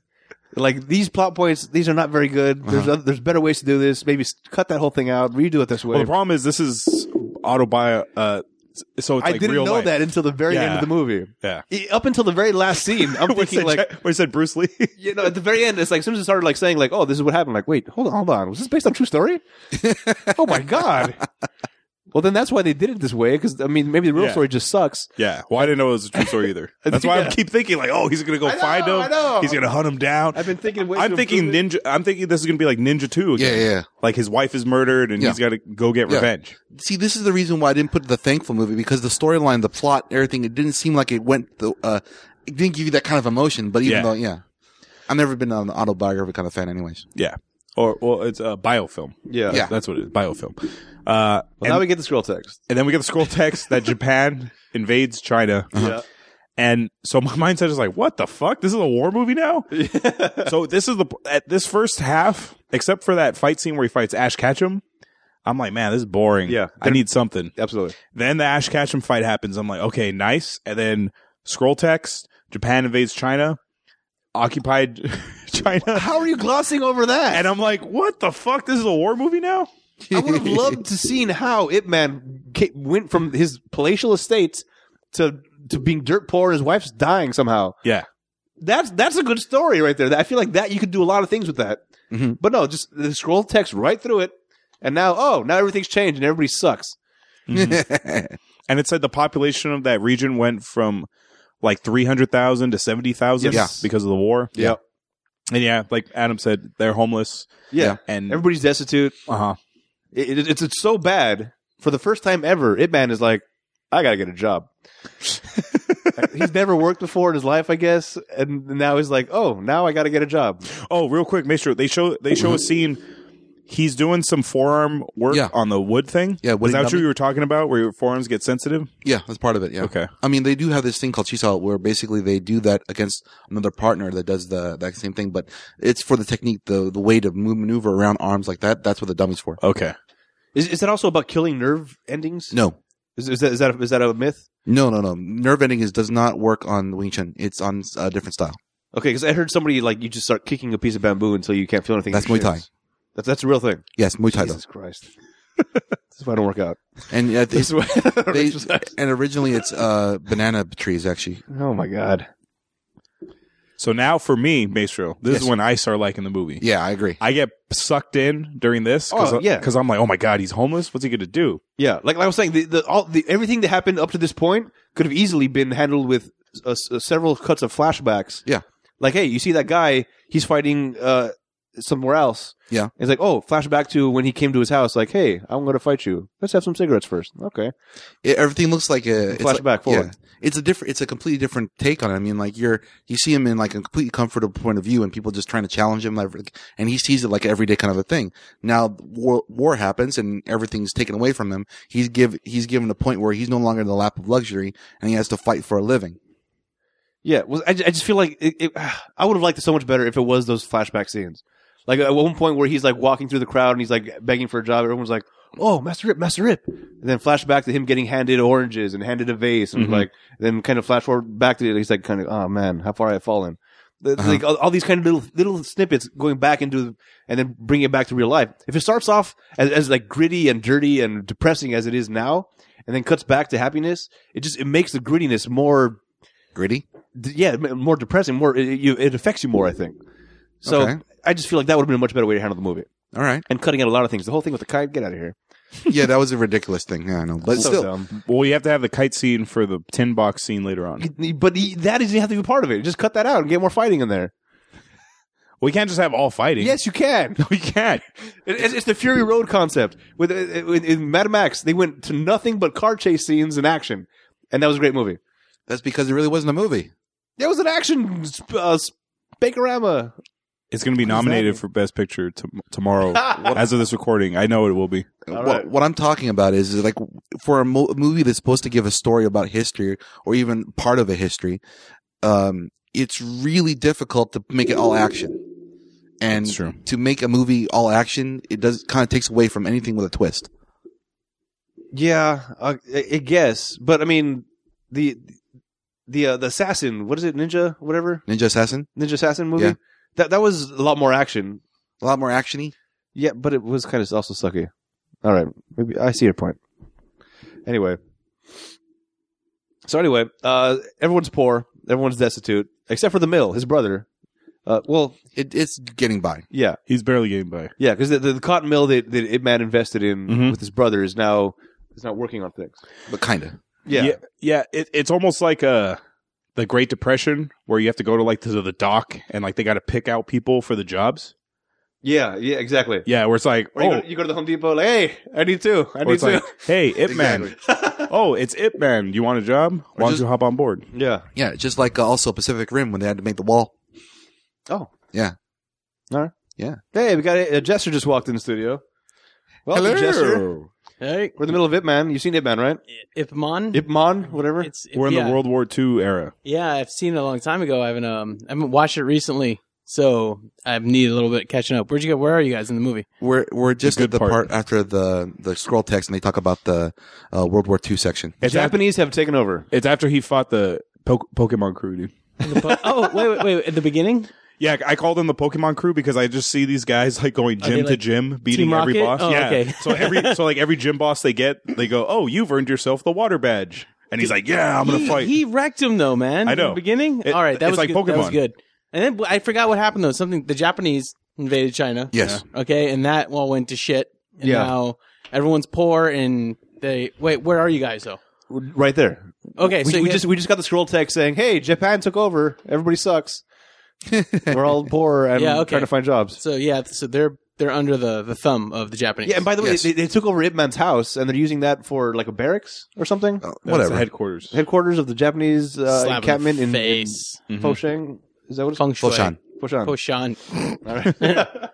B: Like these plot points, these are not very good. There's
A: Uh-huh.
B: other, there's better ways to do this. Maybe s- cut that whole thing out, redo it this way.
A: well, the problem is this is autobi uh, it's so it's
B: I
A: like
B: didn't
A: real
B: know
A: life.
B: that until the very end
A: Yeah.
B: of the movie.
A: Yeah.
B: E- Up until the very last scene, I'm
A: What
B: thinking
A: said,
B: like,
A: Jack- what said Bruce Lee?
B: you know, at the very end, it's like as soon as it started like saying like, "Oh, this is what happened." Like, wait, hold on, hold on, was this based on true story? oh my god! Well, then that's why they did it this way because I mean, maybe the real
A: Yeah.
B: story just sucks.
A: yeah. Well, I didn't know it was a true story either. That's why I
B: Yeah.
A: keep thinking like, oh, he's gonna go
B: I know,
A: find him.
B: I know.
A: He's gonna hunt him down.
B: I've been thinking. Ways
A: I'm
B: to
A: thinking
B: improve it.
A: ninja. I'm thinking this is gonna be like Ninja Two.
C: Yeah,
A: Again.
C: yeah.
A: Like his wife is murdered and
C: Yeah.
A: he's got to go get
C: Yeah.
A: revenge.
C: See, this is the reason why I didn't put the thankful movie because the storyline, the plot, everything, it didn't seem like it went the, uh, it didn't give you that kind of emotion, but even
A: Yeah.
C: though, yeah. I've never been an autobiography kind of fan anyways.
A: Yeah. Or well, it's a biofilm.
B: Yeah.
C: Yeah.
A: That's what it is. Biofilm. Uh,
B: Well, now we get the scroll text.
A: and then we get the scroll text that Japan invades China.
B: Uh-huh.
A: And so my mindset is like, what the fuck? This is a war movie now? so this is the, at this first half, except for that fight scene where he fights Ash Ketchum, I'm like, man, this is boring.
B: Yeah.
A: I need something.
B: Absolutely.
A: Then the Ash Ketchum fight happens. I'm like, okay, nice. And then scroll text, Japan invades China, occupied China.
B: How are you glossing over that?
A: And I'm like, what the fuck? This is a war movie now?
B: I would have loved to seen how Ip Man ca- went from his palatial estates to to being dirt poor and his wife's dying somehow.
A: Yeah.
B: That's that's a good story right there. I feel like that you could do a lot of things with that.
C: Mhm.
B: But no, just the scroll text right through it, and now oh now everything's changed and everybody sucks.
A: And it said the population of that region went from like 300,000 to 70,000
C: Yes.
A: because of the war.
B: Yeah.
A: And yeah, like Adam said, they're homeless.
B: Yeah,
A: And
B: everybody's destitute.
A: uh-huh.
B: It, it- it's it's so bad. For the first time ever, Ip Man is like, I gotta get a job. he's never worked before in his life, I guess, and now he's like, oh, now I gotta get a job.
A: Oh, real quick, make sure they show they show a scene he's doing some forearm work
C: Mm-hmm. Yeah.
A: on the wood thing.
C: Yeah,
A: Was
C: wood
A: that what
C: nubbing.
A: you were talking about where your forearms get sensitive?
C: yeah, that's part of it. Yeah.
A: Okay.
C: I mean, they do have this thing called chisel where basically they do that against another partner that does the, that same thing, but it's for the technique, the, the way to move, maneuver around arms like that. That's what the dummy's for.
A: Okay.
B: Is, is that also about killing nerve endings?
C: No.
B: Is, is that is that a, is that a myth?
C: No, no, no. Nerve ending is, does not work on Wing Chun. It's on a different style.
B: Okay, because I heard somebody like you just start kicking a piece of bamboo until you can't feel anything.
C: That's
B: in your
C: Muay Thai.
B: shins. That's that's a real thing.
C: Yes, Muay Thai though.
B: Jesus Christ. This is why I don't work out.
C: And uh,
B: This
C: it's,
B: is why
C: they,
B: Exercise.
C: and originally it's uh banana trees actually.
B: oh my god.
A: So now for me, Maestro, this is
C: Yes.
A: when I start liking the movie.
C: Yeah, I agree.
A: I get sucked in during this because
B: Oh, yeah.
A: I'm like, oh my god, he's homeless. What's he gonna do?
B: Yeah, like, like I was saying, the, the all the everything that happened up to this point could have easily been handled with uh, s- uh, several cuts of flashbacks.
C: Yeah.
B: like hey, you see that guy? He's fighting uh, somewhere else.
C: Yeah.
B: it's like oh, flashback to when he came to his house. Like hey, I'm going to fight you. Let's have some cigarettes first. Okay,
C: It, everything looks like a it's
B: flashback
C: like-
B: forward.
C: It's a different. It's a completely different take on it. I mean, like you're you see him in like a completely comfortable point of view, and people just trying to challenge him, like, and he sees it like everyday kind of a thing. Now war war happens, and everything's taken away from him. He's give he's given a point where he's no longer in the lap of luxury, and he has to fight for a living.
B: Yeah, well, I, ju- I just feel like it, it, I would have liked it so much better if it was those flashback scenes. Like at one point where he's like walking through the crowd and he's like begging for a job. Everyone's like, "Oh, Master Rip, Master Rip," and then flashback to him getting handed oranges and handed a vase, and
A: Mhm.
B: like then kind of flash forward back to it. He's like, kind of, "Oh man, how far I've fallen." The-
C: Uh-huh.
B: Like all, all these kind of little little snippets going back into and then bringing it back to real life. If it starts off as, as like gritty and dirty and depressing as it is now, and then cuts back to happiness, it just it makes the grittiness more
C: Gritty.
B: d- yeah, m- more depressing, more it, it- you, it affects you more. I think. So
C: Okay.
B: I just feel like that would have been a much better way to handle the movie
C: All right.
B: and cutting out a lot of things. The whole thing with the kite, get out of here.
C: Yeah, that was a ridiculous thing. Yeah, I know, but
B: So
C: still,
B: dumb.
A: Well, you have to have the kite scene for the tin box scene later on.
B: But he, that doesn't have to be part of it. Just cut that out and get more fighting in there.
A: We can't just have all fighting.
B: Yes, you can.
A: we can't.
B: It- It's, it's the Fury Road concept. With uh, uh, in, in Mad Max, they went to nothing but car chase scenes and action, and that was a great movie.
C: that's because it really wasn't a movie.
B: There was an action sp- uh, Bakerama.
A: It's going to be
B: does that
A: nominated
B: mean?
A: for Best Picture to- tomorrow. As of this recording, I know it will be.
B: All
C: what,
B: right.
C: what I'm talking about is, is like for a mo- movie that's supposed to give a story about history or even part of a history, um, it's really difficult to make it all action. And
A: That's true.
C: to make a movie all action, it does kind of takes away from anything with a twist.
B: Yeah, I, I I guess. But I mean, the the uh, the assassin, what is it, ninja, whatever,
C: Ninja Assassin,
B: ninja assassin movie.
C: Yeah.
B: That that was a lot more action.
C: a lot more actiony.
B: Yeah, but it was kind of also sucky. All right, maybe I see your point. Anyway, So anyway, uh, everyone's poor, everyone's destitute, except for the mill, his brother. Uh, well,
C: It, it's getting by.
B: yeah,
A: He's barely getting by.
B: yeah, because the, the, the cotton mill that, that Ip Man invested in
A: Mhm.
B: with his brother is now is not working on things.
C: But kinda.
B: Yeah,
A: yeah. yeah, it, it's almost like uh the Great Depression where you have to go to like to the dock and like they got to pick out people for the jobs.
B: yeah, yeah, exactly.
A: Yeah, where it's like,
B: Or you,
A: oh,
B: go, you go to the Home Depot, like, hey, I need two, I
A: or
B: need
A: it's
B: two.
A: like, hey, Ip Man.
C: Exactly.
A: oh, it's Ip Man. You want a job? Why don't
C: just-
A: you hop on board?
B: yeah.
C: Yeah, just like uh, also Pacific Rim when they had to make the wall.
B: Oh.
C: Yeah.
B: All right.
C: Yeah.
B: Hey, we got a, a Jester just walked in the studio. Welcome, Jester.
D: Hey,
B: We're in the middle of Ip Man. You've seen Ip Man, right?
D: Ipman.
B: Ip Man, whatever.
D: Mm-hmm. It's Ip-
A: We're in
D: yeah.
A: the World War II era.
D: Yeah, I've seen it a long time ago. I haven't um, I haven't watched it recently, so I need a little bit catching up. Where'd you go? Where are you guys in the movie?
C: We're we're just
A: good
C: at the
A: part.
C: part. after the the scroll text, and they talk about the uh, World War II section.
A: It's, af-
B: Japanese have taken over.
A: it's after he fought the po- Pokemon crew, dude.
D: In the po- oh, wait, wait, wait! At the beginning,
A: Yeah, I call them the Pokemon crew because I just see these guys like going
D: they,
A: gym to
D: like,
A: gym, beating
D: Team
A: every
D: Rocket?
A: boss.
D: Oh,
A: yeah.
D: okay.
A: so every so like every gym boss they get, they go, "Oh, you've earned yourself the water badge," and he's like, "Yeah, I'm gonna
D: he,
A: fight."
D: he wrecked him though, man.
A: I
D: In
A: know.
D: the beginning.
A: It-
D: All right, that
A: it's
D: was
A: like
D: good. That was
A: Pokemon.
D: good. And then I forgot what happened though. Something the Japanese invaded China.
C: Yes.
D: Okay, and that all went to shit. And
B: Yeah.
D: Now everyone's poor and they wait. Where are you guys though?
B: Right there.
D: Okay,
B: We,
D: so you
B: we
D: guys-
B: just we just got the scroll text saying, "Hey, Japan took over. Everybody sucks. We're all poor and
D: Yeah, okay.
B: trying to find jobs."
D: so yeah, so they're they're under the the thumb of the Japanese.
B: Yeah, and by the way,
C: Yes.
B: they, they took over Ip Man's house, and they're using that for like a barracks or something,
C: Uh,
A: That's the
C: whatever.
A: headquarters.
B: headquarters of the Japanese uh,
D: Oh. Slap in the
B: encampment in, in
D: face. Oh,
B: Foshan. Is that what it's
D: Feng Shui.
C: Foshan.
B: Foshan.
D: Foshan.
B: All right.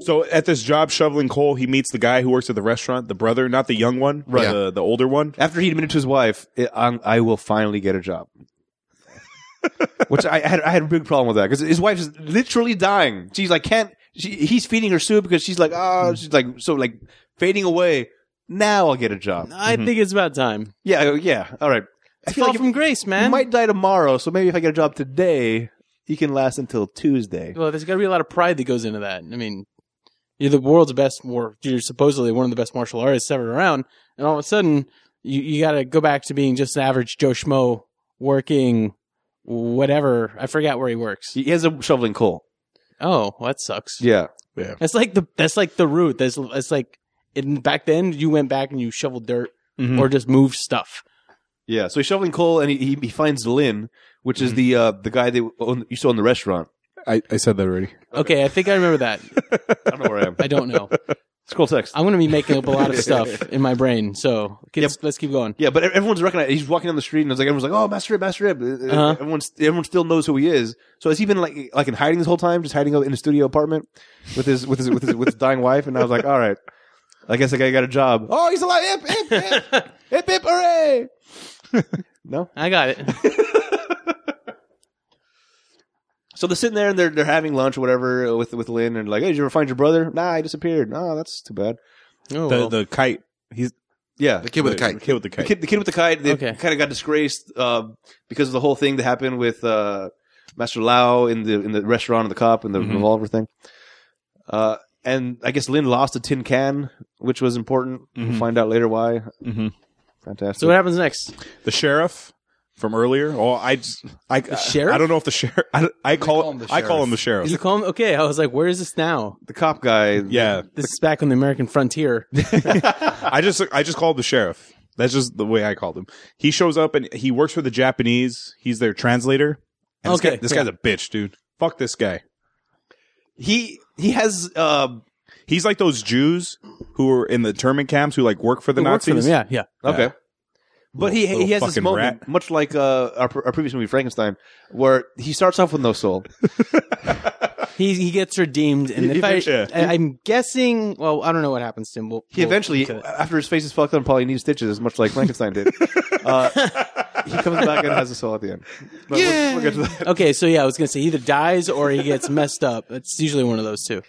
A: So at this job shoveling coal, he meets the guy who works at the restaurant, the brother, not the young one, right?
C: Yeah.
A: The, the older one.
B: After he admitted to his wife, i I'm, "I will finally get a job," which I had, I had a big problem with that because his wife is literally dying. She's like, "Can't." She, he's feeding her soup because she's like, "Oh," she's like, so like fading away. Now I'll get a job.
D: I think it's about time.
B: Yeah, oh, yeah. All right. Mm-hmm. I feel
D: Fall
B: like
D: from
B: you
D: grace, man.
B: might die tomorrow, so maybe if I get a job today, he can last until Tuesday.
D: Well, there's got to be a lot of pride that goes into that. I mean, you're the world's best war. You're supposedly one of the best martial artists ever around, and all of a sudden, you you got to go back to being just an average Joe schmo working whatever. I forgot where he works.
B: He has a shoveling coal.
D: Oh, well, that sucks.
B: Yeah.
D: That's like the that's like the root. That's that's like in back then you went back and you shoveled dirt
B: Mm-hmm.
D: or just moved stuff.
B: Yeah. So he's shoveling coal and he, he, he finds Lynn, which is the uh, the guy that owned, you saw in the restaurant.
A: I, I said that already.
D: Okay. I think I remember that.
B: I don't know where I am.
D: I don't know.
B: Scroll text.
D: I'm going to be making up a lot of stuff in my brain. So let's, let's keep going.
B: yeah, but e-, everyone's recognized. He's walking down the street, and it's like everyone's like, "Oh, Master Rip, Master Rip."
D: Uh-huh.
B: Everyone's everyone still knows who he is. So has he been like like in hiding this whole time, just hiding out in a studio apartment with his with his with his, with his dying wife? And I was like, "All right, I guess I got- I got a job." Oh, he's alive! Hip hip hip hip hip! Hooray! no.
D: I got it.
B: So they're sitting there and they're they're having lunch or whatever with with Lynn and like, "Hey, did you ever find your brother?" Nah, I disappeared. No, that's too bad.
D: Oh,
A: The
D: well.
A: the kite.
B: Yeah,
C: The kid with the
A: The
C: kite.
A: kid with the
B: the
A: kite.
B: kid, the kid with the kite, they
D: Okay.
B: kind of got disgraced uh, because of the whole thing that happened with uh, Master Lau in the in the restaurant and the cop and the
D: Mm-hmm.
A: Mhm.
B: revolver thing. Uh, and I guess Lynn lost a tin can, which was important.
A: Mhm.
B: We'll find out later why.
A: Mhm.
B: Fantastic.
D: Mm-hmm. so what happens next?
A: The sheriff from earlier. Oh, I just I the
D: sheriff?
A: I don't know if the sheriff. I, I call,
C: call him
A: it.
C: the
A: I call him the sheriff.
D: You call him? Okay, I was like, where is this now?
B: the cop guy.
A: Yeah,
D: This is back on the American frontier.
A: I just I just called the sheriff. That's just the way I called him. He shows up and he works for the Japanese. He's their translator. And
D: Okay,
A: this, guy, this
D: yeah.
A: guy's a bitch, dude. Fuck this guy.
B: He he has uh,
A: He's like those Jews who were in the German camps who like work for the
D: It worked
A: Nazis.
D: for them, Yeah, yeah.
B: okay. But he
A: Little- little
B: he has this
A: fucking
B: moment,
A: rat.
B: much like uh, our, pre- our previous movie Frankenstein, where he starts off with no soul.
D: He he gets redeemed, and
A: He-
D: if I,
A: yeah.
D: I I'm guessing, well, I don't know what happens to him. We'll,
B: He
D: we'll
B: eventually,
D: cut it.
B: after his face is fucked up, probably needs stitches, much like Frankenstein did. Uh, he comes back and has a soul at the end. But we'll-
C: Yay!
B: we'll get to that.
D: okay, so yeah, I was gonna say either dies or he gets messed up. It's usually one of those two.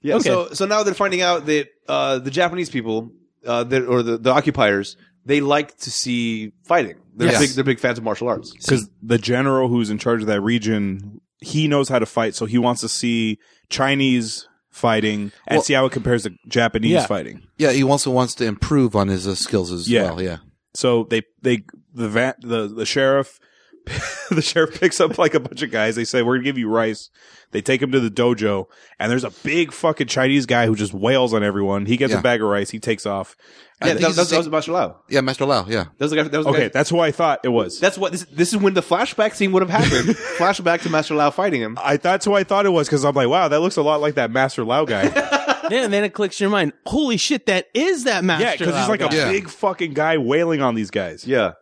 B: Yeah.
D: Okay.
B: So, so now they're finding out that uh, the Japanese people, uh, that, or the, the occupiers, they like to see fighting. They're
C: Yes.
B: big. They're big fans of martial arts.
A: because the general who's in charge of that region he knows how to fight so he wants to see chinese fighting and
C: Well-
A: see how it compares to Japanese
D: Yeah.
A: fighting.
C: Yeah, he also wants to improve on his uh, skills as
A: Yeah.
C: well. Yeah.
A: So they they the va- the the sheriff the sheriff picks up like a bunch of guys. They say we're gonna give you rice. They take him to the dojo, and there's a big fucking Chinese guy who just wails on everyone. He gets
C: Yeah.
A: a bag of rice. He takes off.
B: Yeah,
C: think
B: that,
C: he's
B: that,
C: the
B: that was
C: same-
B: Master Lau.
C: Yeah, Master Lau. Yeah.
B: That was the guy. That was the
A: Okay,
B: guy-
A: that's who I thought it was.
B: That's what this. This is when the flashback scene would have happened. flashback to Master Lau fighting him.
A: I that's who I thought it was because I'm like, wow, that looks a lot like that Master Lao guy.
D: Yeah, and then it clicks in your mind. Holy shit, that is that master.
A: yeah, because he's like a
D: Laogai.
C: Yeah.
A: big fucking guy wailing on these guys.
B: Yeah.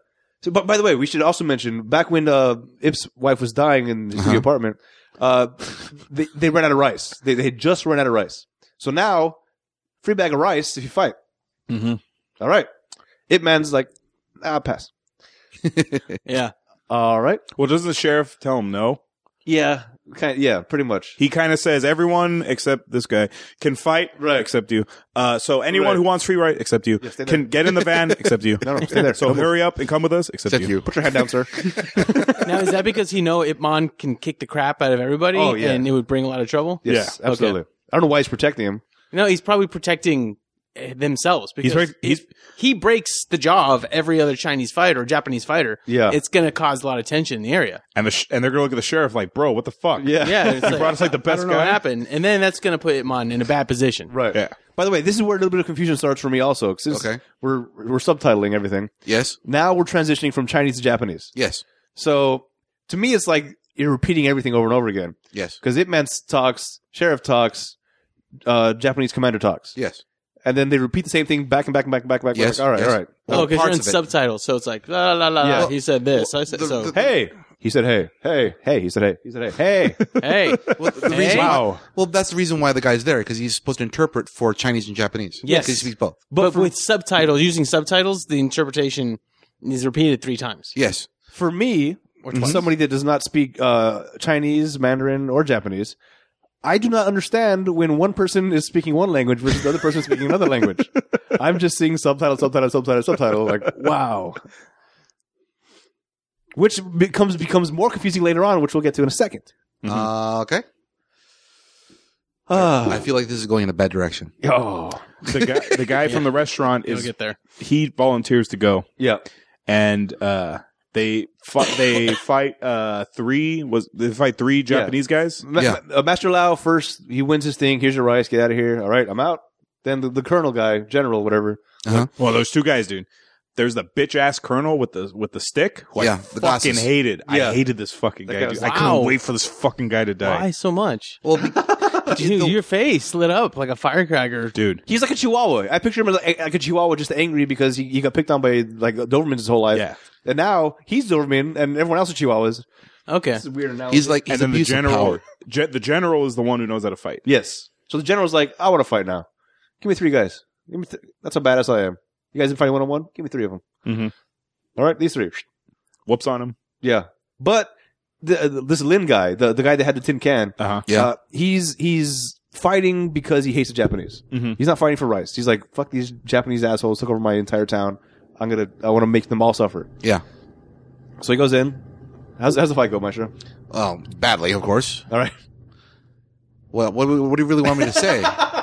B: So, but by the way, we should also mention back when uh, Ip's wife was dying in the studio apartment, uh, they they ran out of rice. They they had just run out of rice. So now, free bag of rice if you fight. Mm-hmm.
A: Mhm.
B: All right. Ip Man's like, ah, pass.
D: yeah.
B: All right.
A: Well, doesn't the sheriff tell him no?
B: Yeah. Kind yeah. Pretty much.
A: He kind of says everyone except this guy can fight,
B: Right.
A: Except you. Uh, so anyone
B: Right.
A: who wants free ride, except you,
B: Yeah, stay there.
A: can get in the van, except you.
B: No, no, stay there.
A: So
B: Don't move.
A: hurry up and come with us, except,
C: Except
A: you.
C: you.
B: Put your hand down, sir.
D: Now is that because he know Ip Man can kick the crap out of everybody
B: Oh, yeah.
D: and it would bring a lot of trouble?
B: Yes, absolutely. I don't know why he's protecting him.
D: No, he's probably protecting uh, themselves because
A: He's right-
D: if he breaks the jaw of every other Chinese fighter or Japanese fighter.
B: Yeah.
D: It's going to cause a lot of tension in the area.
A: And the sh- and they're gonna look at the sheriff like, bro, what the fuck?
D: Yeah, it's
A: you brought us like the
D: I
A: best
D: don't know what
A: guy.
D: happened, and then that's going to put Ip Man in a bad position.
B: Right.
A: Yeah.
B: By the way, this is where a little bit of confusion starts for me also. Since
C: Okay.
B: we're we're subtitling everything.
C: Yes.
B: Now we're transitioning from Chinese to Japanese.
C: Yes.
B: So to me it's like you're repeating everything over and over again.
C: Yes.
B: Because it man talks, sheriff talks, uh, Japanese commander talks.
C: Yes.
B: And then they repeat the same thing back and back and back and back and back.
C: Yes,
B: Like, all right,
C: yes.
B: all right.
D: Oh,
C: Or
D: because you're
C: parts
D: in
C: of it.
D: subtitles, so it's like la la la la.
B: Yeah.
D: He said this. I said
C: the-
D: so.
C: the-
B: Hey. He said hey. Hey. Hey. He said hey. He said hey. Hey.
D: hey,
C: Well, the
D: Hey.
C: reason why-
B: Wow.
C: well, that's the reason why the guy's there because he's supposed to interpret for Chinese and Japanese.
D: Yes.
C: 'Cause he speaks both.
D: but, with subtitles, using subtitles, the interpretation is repeated three times.
C: Yes.
B: for me, somebody that does not speak uh, Chinese, Mandarin, or Japanese, I do not understand when one person is speaking one language versus the other person is speaking another language. I'm just seeing subtitle, subtitle, subtitle, subtitle. Like, wow. Which becomes becomes more confusing later on, which we'll get to in a second. Mm-hmm.
C: Uh, okay. I
B: Ah.
C: feel like this is going in a bad direction.
B: oh,
A: The guy, the guy from the restaurant
D: You'll
A: is
D: get there.
A: he volunteers to go,
B: yeah.
A: and uh, they fight. They fight uh, three was they fight three Japanese guys.
B: Ma-
C: Yeah.
B: uh, Master Lau first, he wins his thing. Here's your rice. Get out of here. All right, I'm out. Then the, the colonel guy, general, whatever.
A: Well, there's two guys, dude. There's the bitch ass colonel with the with the stick. Who
C: Yeah,
A: I
C: the
A: fucking
C: glasses.
A: hated.
B: Yeah.
A: I hated this fucking
B: That
A: guy.
B: guy
A: dude.
B: was-
A: I
D: Wow.
A: couldn't wait for this fucking guy to die,
D: Why so much?
C: Well, be-
D: Dude, your face lit up like a firecracker.
A: dude.
B: He's like a chihuahua. I picture him as like, like a chihuahua, just angry because he, he got picked on by like Dobermans his whole life.
A: Yeah.
B: And now he's Doberman, and everyone else is chihuahas.
D: Okay,
B: It's weird now.
C: he's like he's
A: and then the
C: abuse of
A: general,
C: power.
A: ge- the general is the one who knows how to fight.
B: yes. So the general's like, I want to fight now. Give me three guys. Give me th- that's how badass I am. You guys been fighting one on one? Give me three of them.
C: Mm-hmm.
A: Mhm.
B: All right, these three.
A: Whoops on him.
B: Yeah. But the, uh, this Lin guy, the the guy that had the tin can,
A: Uh huh.
C: Yeah.
B: uh, he's he's fighting because he hates the Japanese.
A: Mhm.
B: He's not fighting for rice. He's like, fuck these Japanese assholes took over my entire town. I'm gonna I want to make them all suffer.
C: yeah.
B: So he goes in. How's, how's the fight go, Maestro?
C: Oh, badly, of course.
B: All right.
C: Well, what, what do you really want me to say?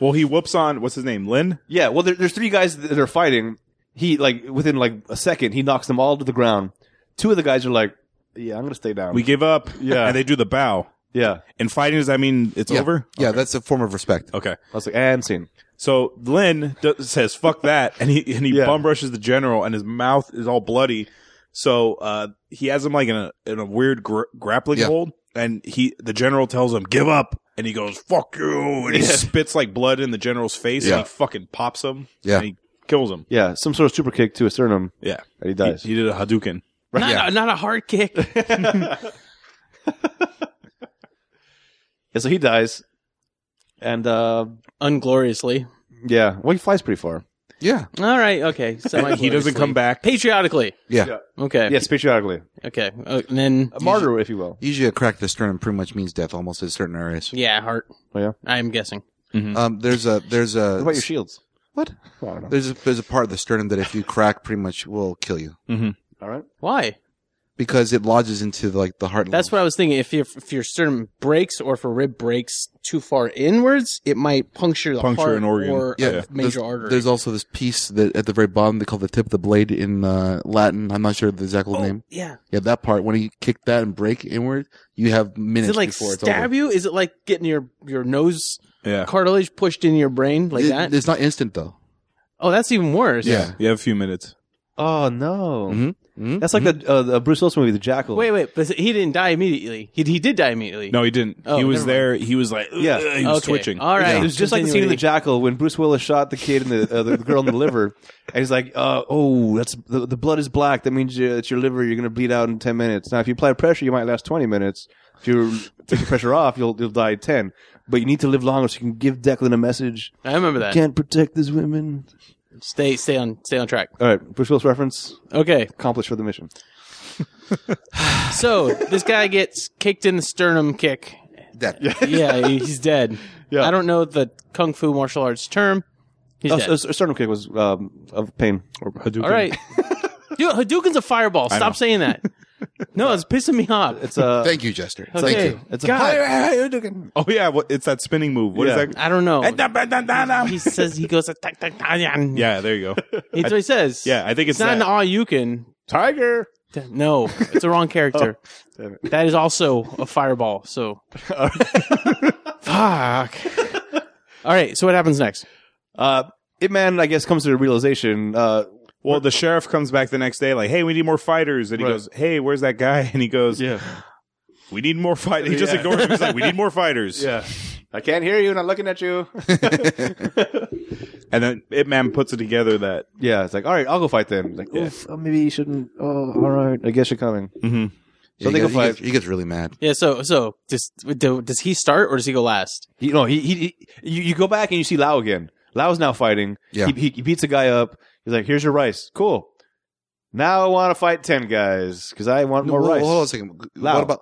A: Well, he whoops on what's his name, Lin.
B: Yeah. Well, there, there's three guys that are fighting. He like within like a second, he knocks them all to the ground. Two of the guys are like, "Yeah, I'm gonna stay down."
A: We give up.
B: Yeah.
A: and they do the bow.
B: yeah.
A: And fighting does that mean it's
C: Yeah.
A: over?
C: Yeah, that's a form of respect.
A: Okay.
B: I was like, and scene.
A: So Lin d- says, "Fuck that," and he and he
B: Yeah.
A: bum rushes the general, and his mouth is all bloody. So uh, he has him like in a in a weird gr- grappling
C: Yeah.
A: hold, and he the general tells him, "Give up," and he goes, "Fuck you," and he
B: Yeah.
A: spits like blood in the general's face,
C: Yeah.
A: and he fucking pops him.
C: Yeah.
A: and he kills him.
B: Yeah, some sort of super kick to his sternum,
A: Yeah,
B: and he
A: he,
B: dies.
A: he did a Hadouken.
D: not,
C: Yeah.
D: a, not a hard kick.
B: yeah, so he dies, and uh,
D: Ungloriously.
B: yeah, well, he flies pretty far.
C: Yeah.
D: All right. Okay. So
A: he doesn't come back.
D: patriotically.
C: Yeah.
B: Yeah.
D: Okay.
B: Yes, patriotically,
D: Okay. Uh, and then
B: a martyr, if you will.
C: Usually, a crack to the sternum pretty much means death, almost in certain areas.
D: yeah, heart.
B: Oh, yeah?
D: I'm guessing.
C: Um, there's a there's a
B: What about your shields?
C: What?
B: I don't know.
C: There's a, there's a part of the sternum that if you crack, pretty much will kill you.
B: All right.
D: Why?
C: because it lodges into like the heart.
D: That's what I was thinking. If your if your sternum breaks or if a rib breaks too far inwards, it might puncture the
A: Puncture
D: heart
A: an organ.
D: or
A: Yeah,
D: a
A: there's-
D: major
C: there's,
D: artery.
C: There's also this piece that at the very bottom they call the tip of the blade in uh, Latin. I'm not sure the exact old
D: Oh,
C: name.
D: Yeah.
C: Yeah, that part when you kick that and break inward, you have
D: Is
C: minutes
D: it like
C: before it's
D: stab
C: over.
D: you? Is it like getting your your nose
A: Yeah.
D: cartilage pushed in your brain like
C: It-
D: that?
C: It's not instant though.
D: oh, that's even worse.
A: You have a few minutes.
B: Oh no,
C: Mhm. Mhm.
B: that's like the, uh, the Bruce Willis movie, The Jackal.
D: Wait, wait, but he didn't die immediately. He he did die immediately.
A: No, he didn't.
D: Oh,
A: he was
D: never mind.
A: there. He was like, yeah,
B: Yeah.
A: he was
D: Okay.
A: twitching.
D: All right.
B: It was just like the scene in The
D: Continuity.
B: Jackal when Bruce Willis shot the kid and the, uh, the girl in the liver, and he's like, uh, "Oh, that's the, the blood is black. That means you, it's your liver. You're gonna bleed out in ten minutes. Now, if you apply pressure, you might last twenty minutes. If you take the pressure off, you'll you'll die at ten. But you need to live longer so you can give Declan a message.
D: I remember that.
B: Can't protect these women.
D: Stay stay on stay on track.
B: All right, Bruce Willis reference
D: Okay.
B: accomplished for the mission.
D: So this guy gets kicked in the sternum kick.
C: Death.
D: Yeah, he- he's dead.
B: Yeah.
D: I don't know the kung fu martial arts term. He's
B: Oh,
D: dead.
B: a, a sternum kick was um, of pain.
A: Or Hadouken.
D: All right. Dude, Hadouken's a fireball.
A: I know.
D: Stop saying that. No, it's pissing me off.
B: It's uh,
C: Thank you, Jester.
D: okay.
C: Thank you.
B: it's
D: God.
B: a
A: Oh yeah, what, it's that spinning move. What is
B: Yeah.
D: I don't know.
A: that?
D: he says he goes attack, attack, attack, attack.
A: yeah, there you go.
D: That's what he says.
A: Yeah, I think it's,
D: It's not an
A: that.
D: all you can.
A: tiger.
D: No, it's the wrong character.
A: Oh,
B: damn it.
D: that is also a fireball. So, fuck. All right. So what happens next?
B: uh, it man, I guess, comes to the realization. Uh,
A: Well, the sheriff comes back the next day, like, "Hey, we need more fighters." And he
B: Right.
A: goes, "Hey, where's that guy?" And he goes, "We need more fighters." He just
B: Yeah.
A: ignores him. He's like, "We need more fighters."
B: Yeah. I can't hear you, not looking at you.
A: And then It Man puts it together that
B: yeah, it's like, all right, I'll go fight them. Like, oof, oh, maybe you shouldn't. Oh, all right. I guess you're coming. they
C: Yeah, he,
B: go
C: gets, he,
B: fight.
C: gets, he gets really mad.
D: Yeah. So so does do, does he start or does he go last?
B: He, no, he, he, he- you, you go back and you see Lao again. Lao's now fighting.
C: Yeah.
B: He, he, he beats a guy up. He's like, here's your rice. Cool. Now I want to fight 10 guys because I want more
C: Well,
B: rice.
C: Hold on a second.
B: Lao.
C: What about?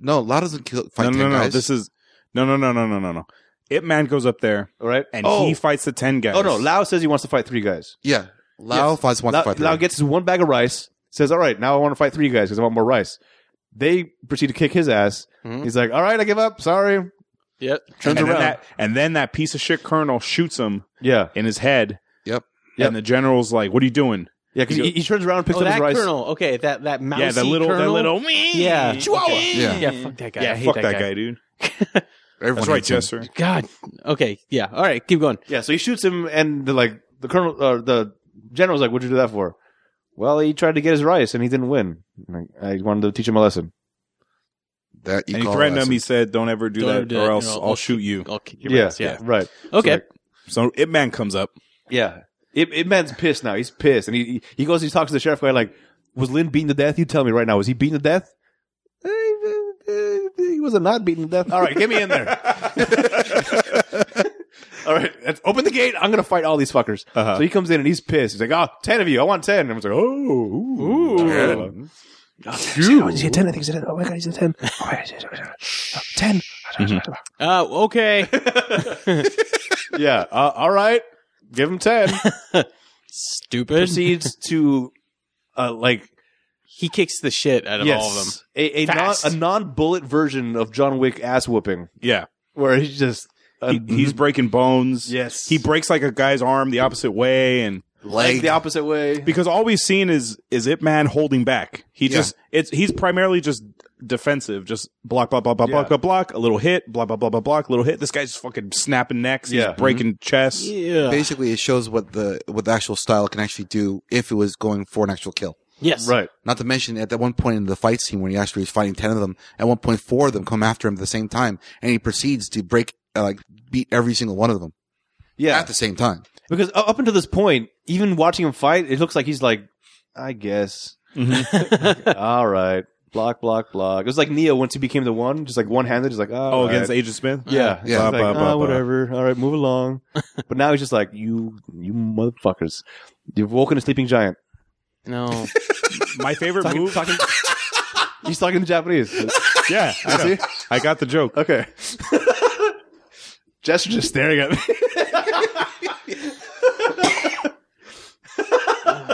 C: No, Lao doesn't kill. Fight
A: no, no,
C: ten
A: no,
C: guys.
A: this is no, no, no, no, no, no, no. It Man goes up there
B: All right.
A: and
B: oh,
A: he fights the ten guys.
B: oh, no. Lao says he wants to fight three guys.
C: yeah. Lao
B: Yes.
C: fights one
B: Lao,
C: to fight.
B: Lao
C: three.
B: gets his one bag of rice. Says, all right, now I want to fight three guys because I want more rice. They proceed to kick his ass.
D: Mhm.
B: He's like, all right, I give up. Sorry.
D: Yep.
B: Turns
A: and then
B: around.
A: that and then that piece of shit colonel shoots him
B: yeah.
A: in his head.
C: Yep.
B: Yep.
A: And the general's like, "What are you doing?"
B: Yeah, because
A: He
B: he,
A: go-
B: he turns around, and picks
D: oh,
B: up his
D: that
B: rice.
D: colonel. Okay. That that mousy
A: yeah, that little,
D: colonel.
A: that little,
D: Yeah.
A: Chihuahua.
D: Okay.
C: Yeah.
D: Yeah. Fuck that guy.
A: Yeah,
D: I hate
A: fuck
D: that,
A: that guy,
D: guy.
A: dude.
C: Everyone
A: That's right,
C: hates him.
A: Jester.
D: God. Okay. Yeah. All right. Keep going.
B: Yeah, so he shoots him, and the, like the colonel, uh, the general's like, "What'd you do that for?" Well, he tried to get his rice, and he didn't win. Like, I wanted to teach him a lesson.
C: That you
A: And he
C: call
A: threatened
C: us.
A: him. He said, "Don't ever do
D: Don't
A: that,
D: ever do
A: or
D: that,
A: else
D: you know,
A: I'll shoot you."
D: I'll kick your
B: Yeah,
D: ass. Yeah.
B: right.
D: Okay.
B: It's
A: So It Man comes up.
B: Yeah, it, it man's pissed now. He's pissed, and he he- he goes. He talks to the sheriff guy like, "Was Lynn beaten to death? You tell me right now. Was he beaten to death?" "Eh, eh, eh, He was not beaten to death. All right, get me in there. all right, let's open the gate. I'm gonna fight all these fuckers.
A: Uh-huh.
B: So he comes in and he's pissed. He's like, "Oh, ten of you. I want 10. And everyone's like, "Oh, ooh,
C: Ten.
B: he's a 10. I think he's a 10. Oh my God, he's a 10. Oh my God, he's a 10. Oh, 10.
D: Uh, okay.
B: Yeah. Uh, all right. Give him 10.
D: Stupid.
B: Proceeds to, uh, like,
D: He kicks the shit out of
B: yes,
D: all of them.
B: A, a, non,
D: Fast.
B: a non-bullet version of John Wick ass whooping,
A: Yeah,
B: where he's just... Uh,
A: he, he's breaking bones.
B: Yes.
A: he breaks like a guy's arm the opposite way, and
B: like
C: Leg.
B: the opposite way.
A: because all we've seen is is It Man holding back. He just it's he's primarily just defensive, just block, block, block, block, block,
B: Yeah.
A: block, block, a little hit, blah, blah, blah, blah, block, little hit. This guy's fucking snapping necks.
B: Yeah.
A: He's breaking chests.
D: Yeah.
C: Basically, it shows what the what the actual style can actually do if it was going for an actual kill.
D: Yes.
B: Right.
C: Not to mention, at that one point in the fight scene when he actually is fighting ten of them, at one point four of them come after him at the same time, and he proceeds to break, uh, like beat every single one of them
B: Yeah.
C: at the same time.
B: because u- up until this point, even watching him fight, it looks like he's like, I guess.
A: Mm-hmm.
B: all right. Block, block, block. It was like Neo once he became the one, just like one-handed, just like,
A: Oh,
B: all right.
A: against Agent Smith.
B: Yeah,
C: Yeah.
B: He's
A: Bah,
B: like,
A: bah, bah,
B: "Ah,
A: bah."
B: whatever. All right, move along. but now he's just like, you, you motherfuckers, you've woken a sleeping giant.
D: No.
A: My favorite
B: Talking-
A: move.
B: talking- he's talking in Japanese.
A: Yeah, I, know. I got the joke.
B: Okay. Jester just staring at me.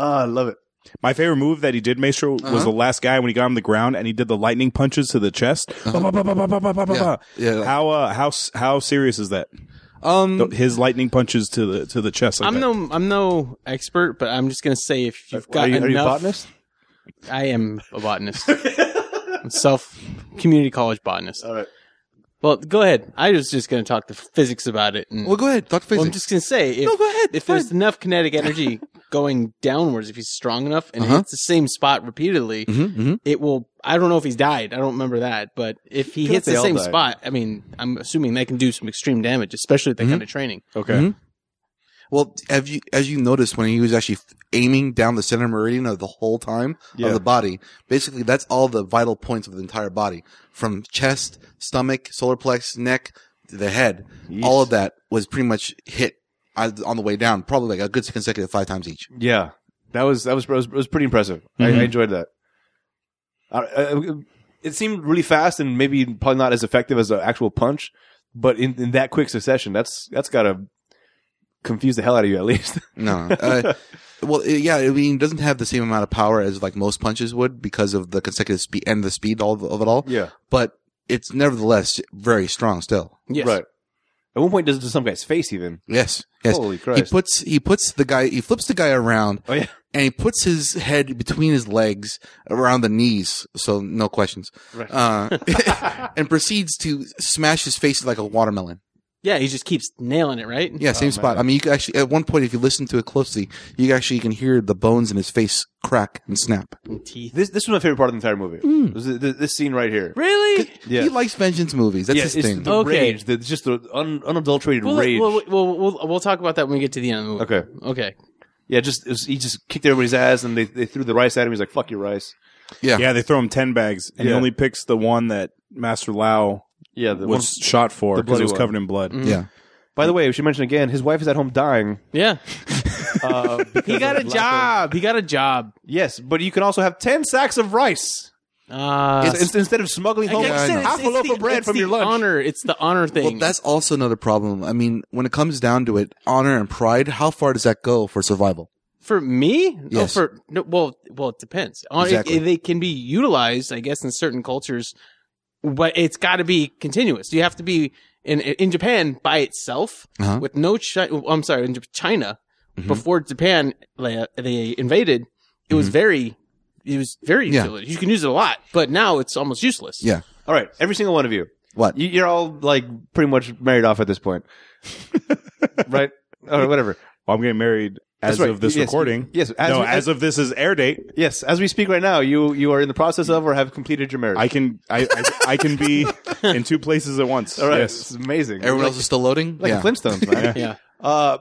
B: Ah, I love it.
A: My favorite move that he did, Maestro, was
B: Uh-huh.
A: the last guy when he got on the ground and he did the lightning punches to the chest.
B: Uh-huh.
A: Ba, ba, ba, ba, ba, ba, ba, ba,
C: Yeah.
A: ba.
C: Yeah, like-
A: How uh, how s- how serious is that?
C: Um,
B: Mm.
A: Th- His lightning punches to the to the chest. Like
D: I'm
A: that.
D: no I'm no expert, but I'm just gonna say if you've got
B: Are you,
D: enough,
B: are you a botanist?
D: I am a botanist. I'm self community college botanist.
B: All right.
D: Well, go ahead. I was just gonna talk the physics about it. And,
C: well, go ahead. Talk
D: Well,
C: physics.
D: I'm just gonna say if,
C: go ahead.
D: if there's enough kinetic energy going downwards, if he's strong enough and
C: Uh-huh.
D: hits the same spot repeatedly,
B: Mm-hmm.
C: Mhm, mhm.
D: it will. I don't know if he's died. I don't remember that, but if he
B: feel like
D: hits the
B: they all
D: same
B: died.
D: spot, I mean, I'm assuming that can do some extreme damage, especially
B: Mm-hmm.
D: with that kind of training.
A: Okay.
C: Mhm. Well, have you as you noticed when he was actually f- aiming down the center meridian of the whole time
A: Yeah.
C: of the body? Basically, that's all the vital points of the entire body, from chest, stomach, solar plexus, neck, to the head. All of that was pretty much hit uh, on the way down, probably like a good consecutive five times each.
B: Yeah, that was that was was, was pretty impressive. I, I enjoyed that. I, I, it seemed really fast and maybe probably not as effective as an actual punch, but in, in that quick succession, that's that's gotta confuse the hell out of you at least.
C: No. Uh, well, it- yeah, I mean, it doesn't have the same amount of power as like most punches would because of the consecutive speed and the speed all of, of it all.
B: yeah,
C: But it's nevertheless very strong still.
D: Yes.
B: right. At one point, does it to some guy's face even.
C: Yes. Yes.
B: Holy
C: he
B: Christ!
C: puts he puts the guy he flips the guy around
B: oh yeah,
C: and he puts his head between his legs around the knees so no questions
B: Right.
C: uh, and proceeds to smash his face like a watermelon
D: Yeah, he just keeps nailing it, right?
C: yeah
B: Oh,
C: same spot i mean you could actually at one point if you listen to it closely you actually can hear the bones in his face crack and snap
D: And teeth.
B: this this was my favorite part of the entire movie. Was th- th- this scene right here.
D: Mm. Really?
B: Yeah.
C: he likes vengeance movies that's
B: yeah,
C: his
B: it's
C: thing
B: the
D: Okay.
B: rage, the, just the un, unadulterated
D: Well,
B: rage.
D: well, well, we'll we'll talk about that when we get to the end of the movie.
B: okay,
D: Okay.
B: yeah, just it was, he just kicked everybody's ass, and they, they threw the rice at him. He's like, "Fuck your rice."
C: yeah.
A: Yeah, they throw him ten bags, and he
B: Yeah.
A: only picks the one that Master Lao
B: Yeah, the one-
A: was shot for
B: the
A: because
B: bloody
A: it was
B: one. Mm.
A: covered in blood.
C: yeah
B: By the way, we should mention again, his wife is at home dying.
D: Yeah.
B: Uh,
D: He got a job. He got a job.
B: yes, but you can also have ten sacks of rice
D: Uh,
B: It's- it's- instead of smuggling home
C: I said, it's-
B: half a loaf
D: the-
B: of bread
D: it's
B: from
D: the
B: your lunch.
D: Honor. It's the honor thing.
C: well that's also another problem i mean when it comes down to it honor and pride how far does that go for survival
D: For me? No,
C: Yes.
D: for no, well, well, it depends. On- it-
C: Exactly.
D: it- they can be utilized, I guess, in certain cultures, but it's got to be continuous. You have to be in in Japan by itself
C: Uh-huh.
D: with no. Chi- I'm sorry, in China before Japan like, they invaded, it was very. It was very
C: Yeah.
D: utility. You can use it a lot, but now it's almost useless.
C: Yeah.
B: All right, every single one of you.
C: What?
B: You, you're all like pretty much married off at this point, right? Or whatever.
A: Well, I'm getting married as
B: That's right.
A: of this
B: Yes,
A: recording.
B: yes, as
A: no,
B: we-
A: as,
B: as-
A: of this is air date.
B: Yes, as we speak right now, you you are in the process of or have completed your marriage.
A: I can I I, I can be in two places at once.
B: all right,
A: Yes.
B: it's amazing.
C: everyone
B: like,
C: else is still loading
B: like
C: yeah.
B: the Flintstones, man.
D: Yeah.
B: Uh,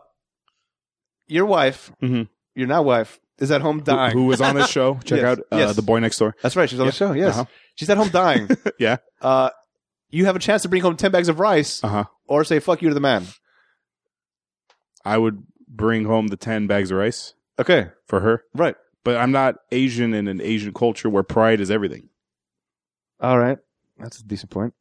B: your wife,
A: Mhm.
B: your now wife, is at home
A: Who,
B: dying.
A: who was on this show? Check
B: Yes,
A: out uh,
B: yes.
A: the boy next door.
B: That's right. She's on
A: Yeah.
B: the show. Yes,
A: Uh-huh.
B: she's at home dying.
A: Yeah.
B: Uh, you have a chance to bring home ten bags of rice,
A: Uh huh.
B: or say "fuck you" to the man.
A: I would bring home the ten bags of rice
B: Okay.
A: for her,
B: Right.
A: but I'm not Asian in an Asian culture where pride is everything.
B: All right. That's a decent point.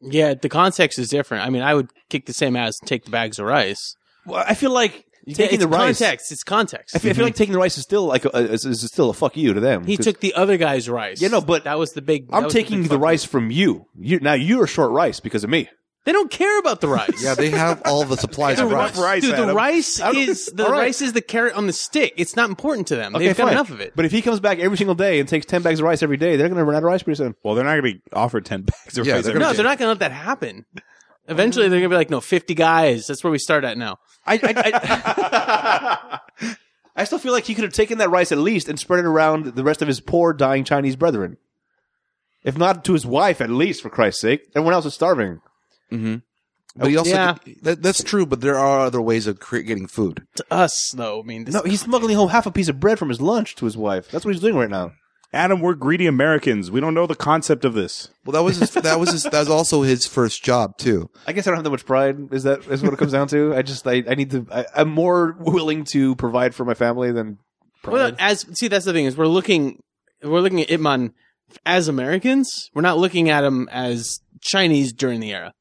D: Yeah, the context is different. I mean, I would kick the same ass and take the bags of rice.
B: Well, I feel like taking
D: it's
B: the rice. Mm-hmm.
D: context. It's context.
B: I feel, I feel like taking the rice is still like a, is, is still a "fuck you" to them.
D: He
B: 'Cause
D: took the other guy's rice.
B: Yeah, no, but
D: that was the big. that
B: I'm
D: was the
B: taking
D: big
B: the
D: fuck.
B: rice from you. you. Now you're short rice because of me.
D: They don't care about the rice.
C: Yeah, they have all the supplies of rice.
A: rice,
D: Dude, the
A: Adam.
D: rice
B: I don't-
D: is the
B: All right.
D: rice is the carrot on the stick. It's not important to them. They've got
B: fine.
D: enough of it.
B: But if he comes back every single day and takes ten bags of rice every day, they're going to run out of rice pretty soon.
A: Well, they're not going to be offered ten bags of
C: Yeah,
A: rice.
C: they're
A: every
D: no,
A: day.
D: they're not going to let that happen. Eventually, they're going to be like, no, 50 guys. That's where we start at now.
B: I, I, I, I still feel like he could have taken that rice at least and spread it around the rest of his poor, dying Chinese brethren. If not to his wife, at least for Christ's sake, everyone else is starving.
C: But he also
D: Yeah.
C: that, that's true. But there are other ways of cre- getting food.
D: To us, though, I mean, this,
B: No, he's smuggling home half a piece of bread from his lunch to his wife. That's what he's doing right now.
A: Adam, we're greedy Americans. We don't know the concept of this.
C: Well, that was his, that was his, that was also his first job too.
B: I guess I don't have that much pride. Is that is what it comes down to? I just I, I need to. I, I'm more willing to provide for my family than pride.
D: well, as see, that's the thing is we're looking, we're looking at Ip Man as Americans. We're not looking at him as Chinese during the era.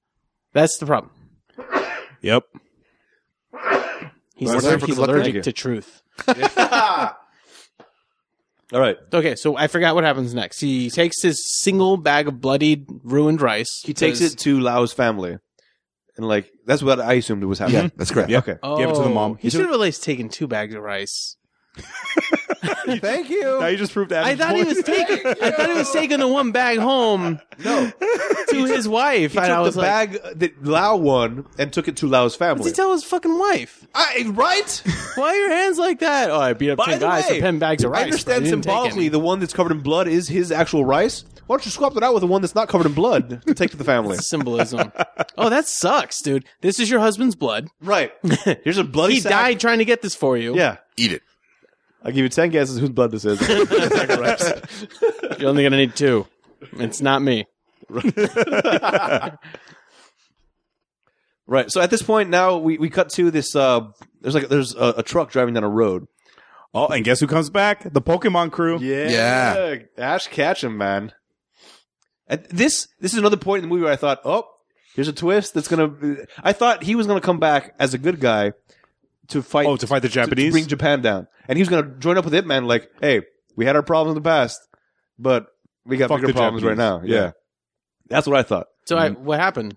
D: That's the problem.
A: Yep.
D: He's
C: Well,
D: allergic,
C: that's-
D: he's
C: that's-
D: allergic
B: thank you.
D: to truth.
B: All right.
D: Okay, so I forgot what happens next. He takes his single bag of bloodied, ruined rice.
B: He takes it to Lao's family, and like that's what I assumed was happening.
C: Yeah, that's correct.
A: Yeah.
B: Okay.
D: Oh,
A: Gave it to the mom.
D: He should have at least taken two bags of rice.
B: Thank
A: Now
B: you.
A: you just proved
D: I
A: Adam's
D: thought he
A: point.
D: was taking. I thought he was taking the one bag home
B: No,
D: to his wife.
B: he
D: and I
B: took
D: was
B: the
D: like,
B: bag that Lao won and took it to Lao's
D: "What
B: family.
D: did he tell his fucking wife?
B: I, right?
D: Why are your hands like that? Oh, I beat up
B: By
D: ten
B: the
D: guys
B: way,
D: for ten bags of rice.
B: I
D: but
B: understand
D: didn't take
B: symbolically
D: any."
B: the one that's covered in blood is his actual rice. Why don't you swap that out with the one that's not covered in blood to take to the family?
D: symbolism. oh, that sucks, dude. This is your husband's blood.
B: right. Here's a bloody
D: He
B: sack.
D: died trying to get this for you.
B: Yeah.
C: Eat it.
B: I'll give you 10 guesses whose blood this is.
D: You're only gonna need two. It's not me.
B: right. So at this point now we, we cut to this uh there's like there's a, a truck driving down a road.
A: Oh, and guess who comes back? The Pokemon crew.
B: Yeah.
C: Yeah.
B: Ash catch him, man. At this this is another point in the movie where I thought, "Oh, here's a twist that's going to I thought he was going to come back as a good guy to fight
A: Oh, to fight the
B: to
A: Japanese.
B: bring Japan down. And he was going to join up with Ip Man, like, hey, we had our problems in the past, but we got
A: Fuck
B: bigger
A: the
B: problems right now.
A: Japanese.
B: Yeah.
A: Yeah.
B: That's what I thought.
D: So I,
B: Mm-hmm.
D: what happened?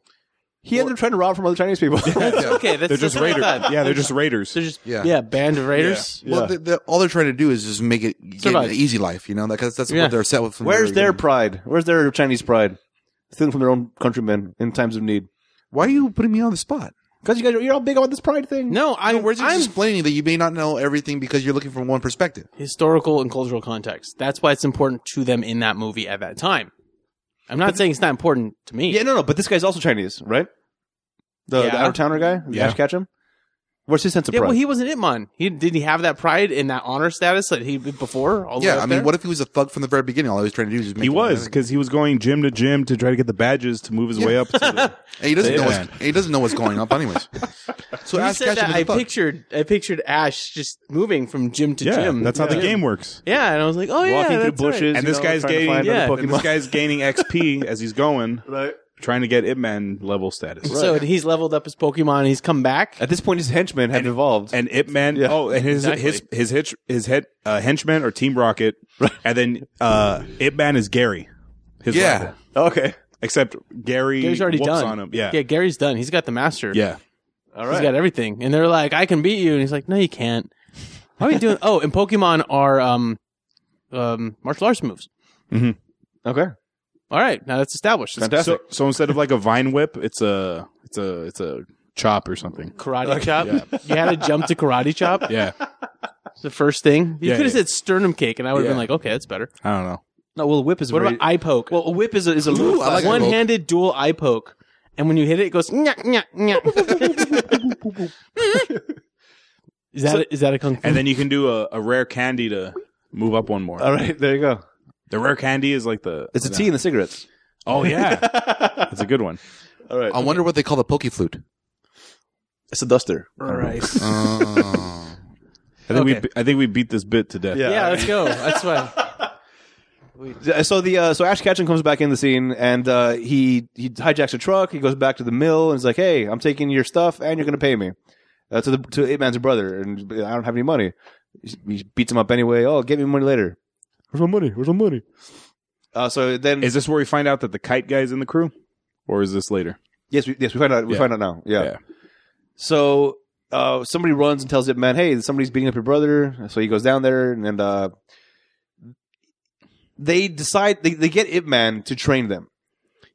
B: He ended up trying to rob from other Chinese people.
D: Okay, that's
A: They're just raiders.
D: They're
A: Yeah, they're just raiders.
D: just yeah,
C: Yeah.
D: band of raiders.
B: Yeah.
C: Well, the, the, all they're trying to do is just make it get
D: Survive.
C: an easy life, you know, because that's
D: Yeah.
C: what they're set with. from the
B: Where's
C: very
B: their
C: beginning.
B: pride? Where's their Chinese pride? Stealing from their own countrymen in times of need.
C: Why are you putting me on the spot?
B: Because you guys, are, you're all big on this pride thing.
D: No, I,
C: Where's it
D: I'm
C: explaining that you may not know everything because you're looking from one perspective?
D: historical and cultural context. That's why it's important to them in that movie at that time. I'm not saying it's not important to me.
B: Yeah, no, no. But this guy's also Chinese, right? The, the
D: Yeah.
B: out of towner guy, the
A: Yeah.
B: Ash Ketchum. Where's his sense of
D: Yeah,
B: pride?
D: well, he wasn't Itmon. He did he have that pride and that honor status that he before? All the way
C: Yeah,
D: up
C: I mean,
D: there?
C: what if he was a thug from the very beginning? All he was trying to do was just make
A: He
C: it-
A: was because he was going gym to gym to try to get the badges to move his way up. To the,
C: and he doesn't know. What's,
A: Yeah.
C: and he doesn't know what's going up, anyways. So
D: When you
C: ask
D: said
C: Ketchum
D: that,
C: is
D: I
C: a thug.
D: pictured I pictured Ash just moving from gym to
A: yeah,
D: gym.
A: that's how the
D: Yeah.
A: game works.
D: Yeah, and I was like, oh yeah,
B: Walking through
D: that's right.
A: And
B: bushes, you
A: this
B: know,
A: guy's
B: trying to
A: gaining,
B: find
D: Yeah.
B: another
A: and this
B: Pokemon.
A: guy's gaining XP as he's going,
B: Right.
A: trying to get Ipman level status.
D: So he's leveled up his Pokemon. and He's come back.
B: At this point, his henchmen have evolved.
A: And Ip Man,
B: Yeah.
A: oh, and his
D: Exactly.
A: his his hitch, his head uh, henchman or Team Rocket, and then uh, Ip Man is Gary, his
C: Yeah.
A: rival.
B: okay.
A: Except Gary
D: Gary's already
A: whoops
D: done.
A: on him. Yeah,
D: yeah, Gary's done. He's got the master.
A: yeah.
B: All
D: He's
B: right.
D: got everything. And they're like, I can beat you. And he's like, no, you can't. How are you doing? Oh, and Pokemon are um, um, martial arts moves.
B: Okay.
D: All right, now that's established. It's
B: Fantastic.
A: So, so instead of like a vine whip, it's a it's a it's a chop or something.
D: karate chop. You had to jump to karate chop.
A: Yeah,
D: It's the first thing. You
A: Yeah,
D: could have
A: yeah.
D: said sternum cake, and I would have
A: Yeah.
D: been like, okay, that's better.
A: I don't know.
B: no, well, a whip is
D: What
B: a
D: about eye poke?
B: well, a whip is a, is a little
C: I like
B: classic.
C: eye poke.
D: one handed dual eye poke. And when you hit it, it goes. Nyah, nyah, nyah. is that a, is that a kung fu?
A: And then you can do a, a rare candy to move up one more.
B: All right, there you go.
A: The rare candy is like the
B: It's a tea and the cigarettes.
A: Oh yeah, that's a good one.
B: All right,
C: I wonder what they call the poke flute.
B: it's a duster.
D: All right.
C: Oh.
A: I think
D: Okay.
A: we I think we beat this bit to death.
B: Yeah.
D: yeah, let's go. That's fine.
B: So the uh, so Ash Ketchum comes back in the scene and uh, he he hijacks a truck. He goes back to the mill and is like, "Hey, I'm taking your stuff and you're going to pay me." Uh, to the to Ape Man's brother, and I don't have any money. He beats him up anyway. Oh, give me money later. Where's my money? Where's my money? Uh, so then,
A: Is this where we find out that the kite guy's in the crew, or is this later?
B: yes, we, yes, we find out. We
A: Yeah.
B: find out now. Yeah.
A: Yeah.
B: So uh, somebody runs and tells Ip Man, "Hey, somebody's beating up your brother." So he goes down there, and, and uh, they decide they, they get Ip Man to train them.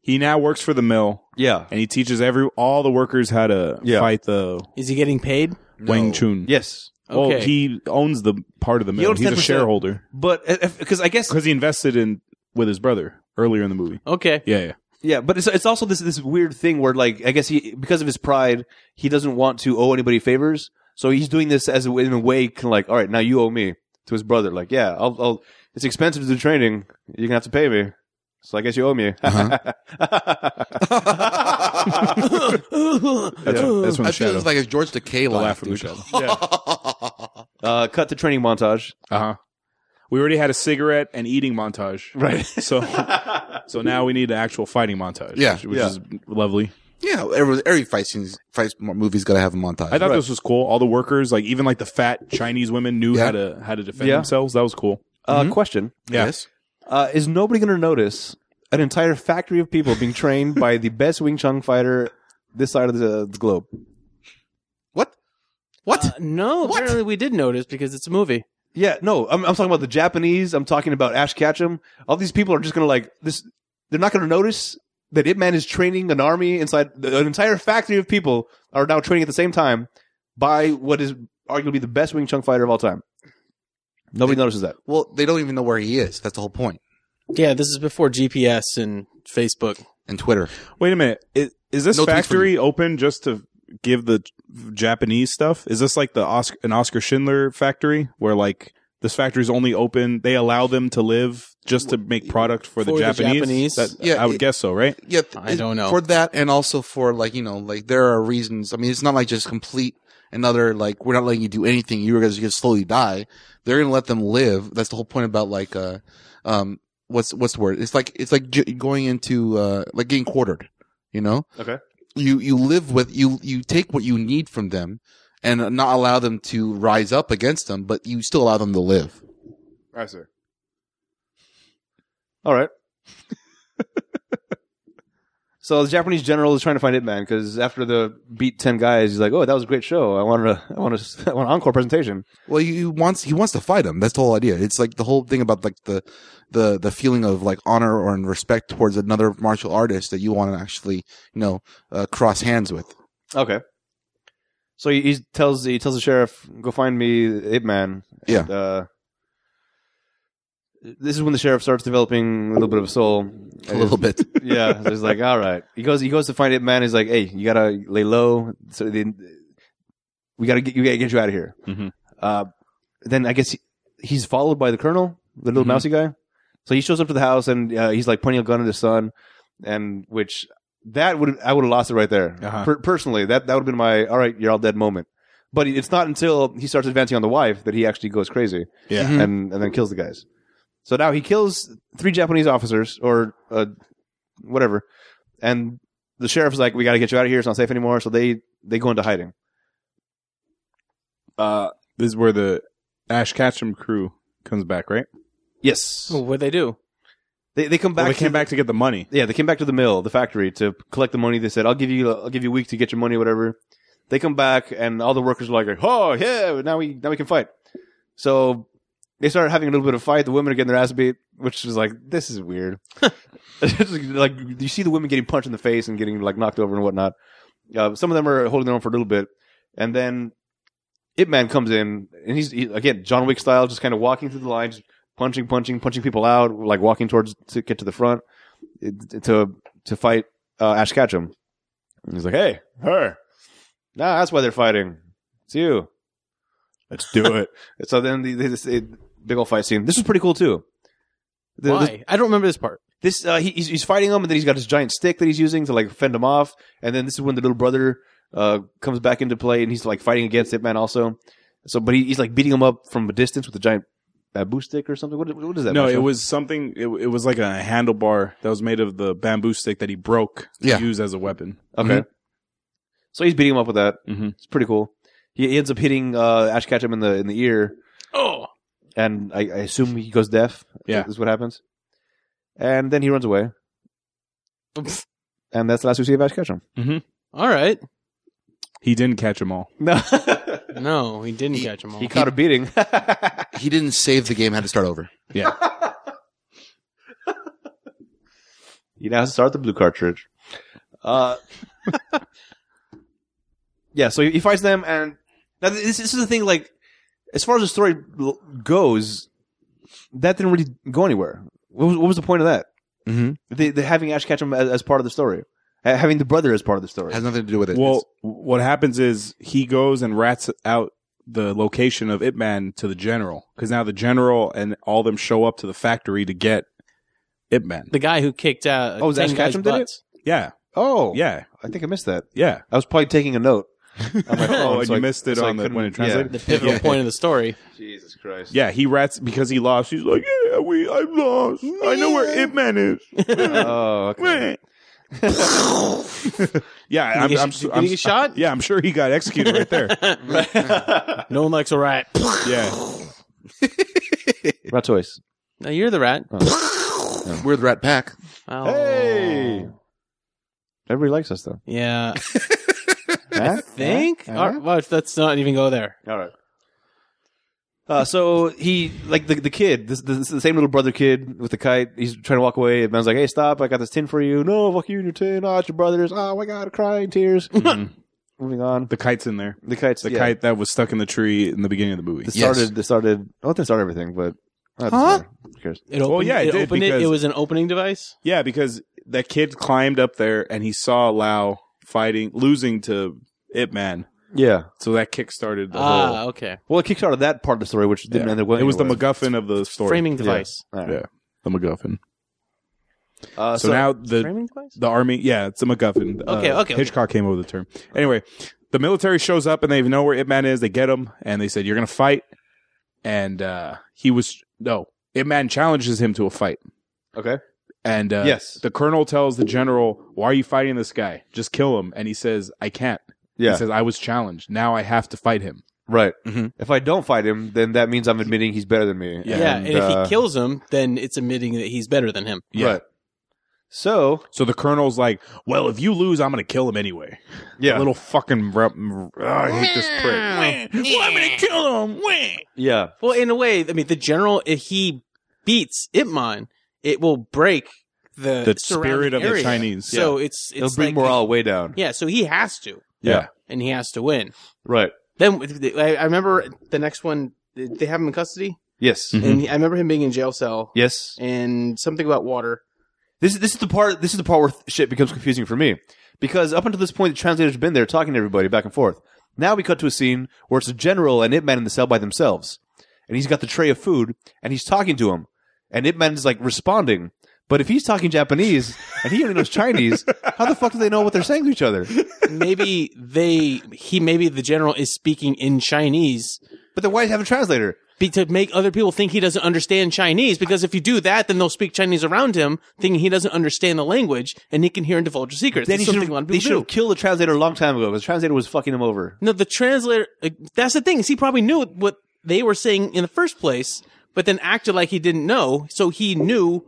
A: He now works for the mill,
B: Yeah.
A: and he teaches every all the workers how to
B: Yeah.
A: fight the
D: Is he getting paid?
A: Wang Chun.
B: Yes.
A: Well,
D: Okay.
A: he owns the part of the mill.
B: owns
A: He's a
B: 10%.
A: shareholder
B: But because I guess
A: because he invested in with his brother earlier in the movie.
D: Okay.
A: Yeah, yeah.
B: yeah, but it's it's also this this weird thing where like I guess he because of his pride he doesn't want to owe anybody favors, so he's doing this as a, in a way kind of like all right now you owe me to his brother like yeah I'll, I'll it's expensive to do training you're gonna have to pay me so I guess you owe me
D: Uh-huh.
A: That's, when- that's when the
C: I feel
A: shadow.
C: it's like a George Takei
A: the
C: laugh.
A: laugh of the
C: dude.
A: shadow.
B: uh, cut to training montage
A: Uh huh. We already had a cigarette and eating montage,
B: right
A: so
B: Uh,
A: so now we need an actual fighting montage.
C: Yeah.
A: which, which
B: Yeah.
A: is lovely.
C: Yeah, every, every fight scenes, fight movie's got to have a montage.
A: I thought this was cool. All the workers, like even like the fat Chinese women, knew
C: Yeah.
A: how to how to defend
B: Yeah.
A: themselves. That was cool.
B: Uh,
C: Mhm.
B: Question:
A: Yeah.
C: Yes.
B: uh, Is nobody going to notice an entire factory of people being trained by the best Wing Chun fighter this side of the, the globe?
C: What? What?
D: Uh, no, apparently we did notice because it's a movie.
B: Yeah, no, I'm, I'm talking about the Japanese. I'm talking about Ash Ketchum. All these people are just going to like this. They're not going to notice that Ip Man is training an army inside an entire factory of people are now training at the same time by what is arguably the best Wing Chun fighter of all time. Nobody notices that.
C: well, they don't even know where he is. That's the whole point.
D: Yeah, this is before GPS and Facebook.
C: And Twitter.
A: Wait a minute. Is, is this
C: No tweets for
A: factory open just to give the Japanese stuff? Is this like the Oscar, an Oscar Schindler factory where like this factory's only open? They allow them to live just to make product for, the
D: For the
A: Japanese.
D: Japanese?
A: That-
C: Yeah,
A: I would
C: it-
A: guess so, right?
C: Yeah, th-
D: I don't know.
C: for that, and also for like you know, like there are reasons. I mean, it's not like just complete another like we're not letting you do anything. You're guys gonna slowly die. They're gonna let them live. That's the whole point about like uh, um, what's what's the word? It's like it's like j- going into uh, like getting quartered. You know.
B: Okay.
C: You you live with you you take what you need from them, and not allow them to rise up against them, but you still allow them to live.
A: I see.
B: All right. so the Japanese general is trying to find Ip Man because after the beat ten guys, he's like, "Oh, that was a great show. I wanted a, I want a, I want an encore presentation."
C: Well, he wants he wants to fight him. That's the whole idea. It's like the whole thing about like the the the feeling of like honor or and respect towards another martial artist that you want to actually you know uh, cross hands with.
B: Okay. So he, he tells he tells the sheriff, "Go find me Ape Man."
C: Yeah.
B: And, uh, this is when the sheriff starts developing a little bit of a soul.
C: A little bit.
B: yeah. So he's like, "All right." He goes. He goes to find Ape Man. He's like, "Hey, you gotta lay low. So then we gotta get you gotta get you out of here."
A: Mhm.
B: Uh, then I guess he, he's followed by the colonel, the little
A: Mhm.
B: mousy guy. So he shows up to the house and uh, he's like pointing a gun at his son, and which that would I would have lost it right there.
A: Uh-huh.
B: Per- personally, that that would have been my all right, you're all dead moment. But it's not until he starts advancing on the wife that he actually goes crazy
A: Yeah.
D: Mm-hmm.
C: Mhm.
B: and and then kills the guys. So now he kills three Japanese officers or uh, whatever, and the sheriff's like, "We got to get you out of here. It's not safe anymore." So they they go into hiding.
A: Uh, this is where the Ash Ketchum crew comes back, right?
B: Yes,
D: Well, what'd they do?
B: they they come back.
A: Well, they
B: to-
A: came back to get the money.
B: Yeah, they came back to the mill, the factory, to collect the money. They said, "I'll give you, I'll give you a week to get your money, whatever." They come back, and all the workers are like, "Oh yeah, now we now we can fight." So they started having a little bit of fight. The women are getting their ass beat, which is like, this is weird. It's like you see the women getting punched in the face and getting like knocked over and whatnot. Uh, some of them are holding their own for a little bit, and then Ip Man comes in, and he's he, again John Wick style, just kind of walking through the lines, punching, punching, punching people out, like walking towards to get to the front it- to to fight uh, Ash Ketchum. And he's like, "Hey, her. Nah, that's why they're fighting. It's you."
A: Let's do it.
B: So then the, the, this- it- big old fight scene. This was pretty cool too. The-
D: Why?
B: This,
D: I don't remember this part.
B: this, uh, he, he's, he's fighting him, and then he's got his giant stick that he's using to like fend him off. And then this is when the little brother uh, comes back into play, and he's like fighting against Ip Man also. So, but he, he's like beating him up from a distance with a giant bamboo stick or something. What, what is that?
A: no,
B: Marshall?
A: it was something. It, it was like a handlebar that was made of the bamboo stick that he broke to
C: Yeah.
A: use as a weapon.
B: Okay. So he's beating him up with that.
A: Mhm.
B: It's pretty cool. He he ends up hitting uh, Ash Ketchum in the in the ear,
D: Oh,
B: and I, I assume he goes deaf.
A: Yeah.
B: is what happens. And then he runs away, and that's the last we see of Ash Ketchum.
D: all right.
A: He didn't catch them all.
B: No,
D: No, he didn't catch them all.
B: he caught a beating.
C: he didn't save the game. Had to start over.
A: Yeah.
B: he now has to start the blue cartridge. Uh, yeah, so he, he fights them, and now th- this, this is the thing. Like, as far as the story l- goes, that didn't really go anywhere. What was, what was the point of that?
C: Mm-hmm.
B: The, the having Ash Ketchum as, as part of the story, Ha- having the brother as part of the story.
C: Has nothing to do with it.
A: Well, what happens is he goes and rats out the location of Ip Man to the general because now the general and all them show up to the factory to get Ip Man.
D: the guy who kicked out.
B: Oh, was
D: 10
B: Ash
D: guys'
B: Ketchum did it?
D: butts.
A: Yeah,
B: oh,
A: yeah,
B: I think I missed that.
A: yeah.
B: I was probably taking a note on my phone.
A: Oh, and
B: so
A: you
B: I-
A: missed it
B: so I
A: on the-
B: couldn't-
A: when it translated?
D: The pivotal
A: Yeah.
D: point of the story.
B: Yeah. Jesus Christ.
A: Yeah, he rats because he lost. He's like, yeah, we, I'm lost. I know where Ip Man is.
B: Oh, okay.
A: yeah, I'm,
D: Did he
A: I'm,
D: get- did he
A: I'm-
D: get shot?
A: Yeah, I'm sure he got executed right there.
D: no one likes a rat.
A: Yeah,
B: Ratois.
D: Now you're the rat.
C: We're the Rat Pack.
D: Oh.
B: Hey! Oh. Everybody likes us though.
D: Yeah.
B: Huh?
D: Think?
B: Huh?
D: All right, well, let's not even go there.
B: All right. Uh, so he like the the kid, this, this, the same little brother kid with the kite. He's trying to walk away. And man's like, "Hey, stop! I got this tin for you." No, fuck you and your tin. Ah, it's your brother's. Oh my god, crying tears. Moving on.
A: The kite's in there.
B: The kites.
A: The
B: yeah.
A: kite that was stuck in the tree in the beginning of the movie.
B: This
C: Yes.
B: started. This started. I don't think it started everything, but oh, it doesn't
D: Huh?
B: matter. Who cares?
D: It opened,
A: Well, yeah, it
D: it,
A: did,
D: opened it.
A: because-
D: It was an opening device.
A: Yeah, because that kid climbed up there and he saw Lao fighting, losing to Ip Man.
B: Yeah.
A: So that kick started the
D: Ah,
A: whole.
D: okay.
B: Well, it kicked out of that part of the story, which didn't
A: Yeah.
B: end up. well
A: it was the
B: anyway.
A: MacGuffin of the story.
D: Framing device.
B: All right.
A: Yeah, the MacGuffin.
B: Uh,
A: So, now the
D: Framing device?
A: the army, yeah, it's a MacGuffin.
D: Okay,
A: Uh,
D: okay, okay.
A: Hitchcock came up with the term. Anyway, the military shows up and they know where Ip Man is. They get him and they said, "You're gonna fight." And uh, he was no. Ip Man challenges him to a fight.
B: Okay.
A: And uh,
B: Yes.
A: the colonel tells the general, "Why are you fighting this guy? Just kill him." And he says, "I can't."
B: Yeah.
A: He says, "I was challenged. Now I have to fight him."
B: right.
C: Mhm.
B: If I don't fight him, then that means I'm admitting he's better than me.
A: Mm-hmm. Yeah,
D: Yeah, and, if
B: uh,
D: he kills him, then it's admitting that he's better than him.
A: Yeah.
B: Right. So
A: So the colonel's like, "Well, if you lose, I'm gonna kill him anyway."
B: yeah,
A: Little fucking. Rep- oh, I hate this prick. Well, I'm gonna kill him.
B: yeah,
D: Well, in a way, I mean, the general, if he beats Itmon, it will break the
A: The
D: surrounding
A: spirit of the
D: area.
A: Chinese,
D: So it's
B: it'll
D: it's
B: bring
D: like,
B: morale way down.
D: Yeah, so he has to,
A: Yeah.
D: and he has to win.
B: Right.
D: Then I I remember the next one. They have him in custody,
B: Yes.
A: Mhm.
D: and I remember him being in jail cell
B: Yes.
D: and something about water.
B: This is this is the part. This is the part where th- shit becomes confusing for me because up until this point, the translators have been there talking to everybody back and forth. Now we cut to a scene where it's a general and Ip Man in the cell by themselves, and he's got the tray of food and he's talking to him, and Ip Man is like responding. But if he's talking Japanese and he only knows Chinese, how the fuck do they know what they're saying to each other?
D: Maybe they he maybe the general is speaking in Chinese
B: But then why have a translator?
D: be, to make other people think he doesn't understand Chinese. Because if you do that, then they'll speak Chinese around him, thinking he doesn't understand the language, and he can hear and divulge his secrets.
B: Then
D: It's
B: he should
D: something a lot
B: have,
D: of
B: they
D: people
B: should
D: do.
B: have killed the translator a long time ago because the translator was fucking him over.
D: No, the translator. Like, that's the thing. Is he probably knew what they were saying in the first place, but then acted like he didn't know. So he knew.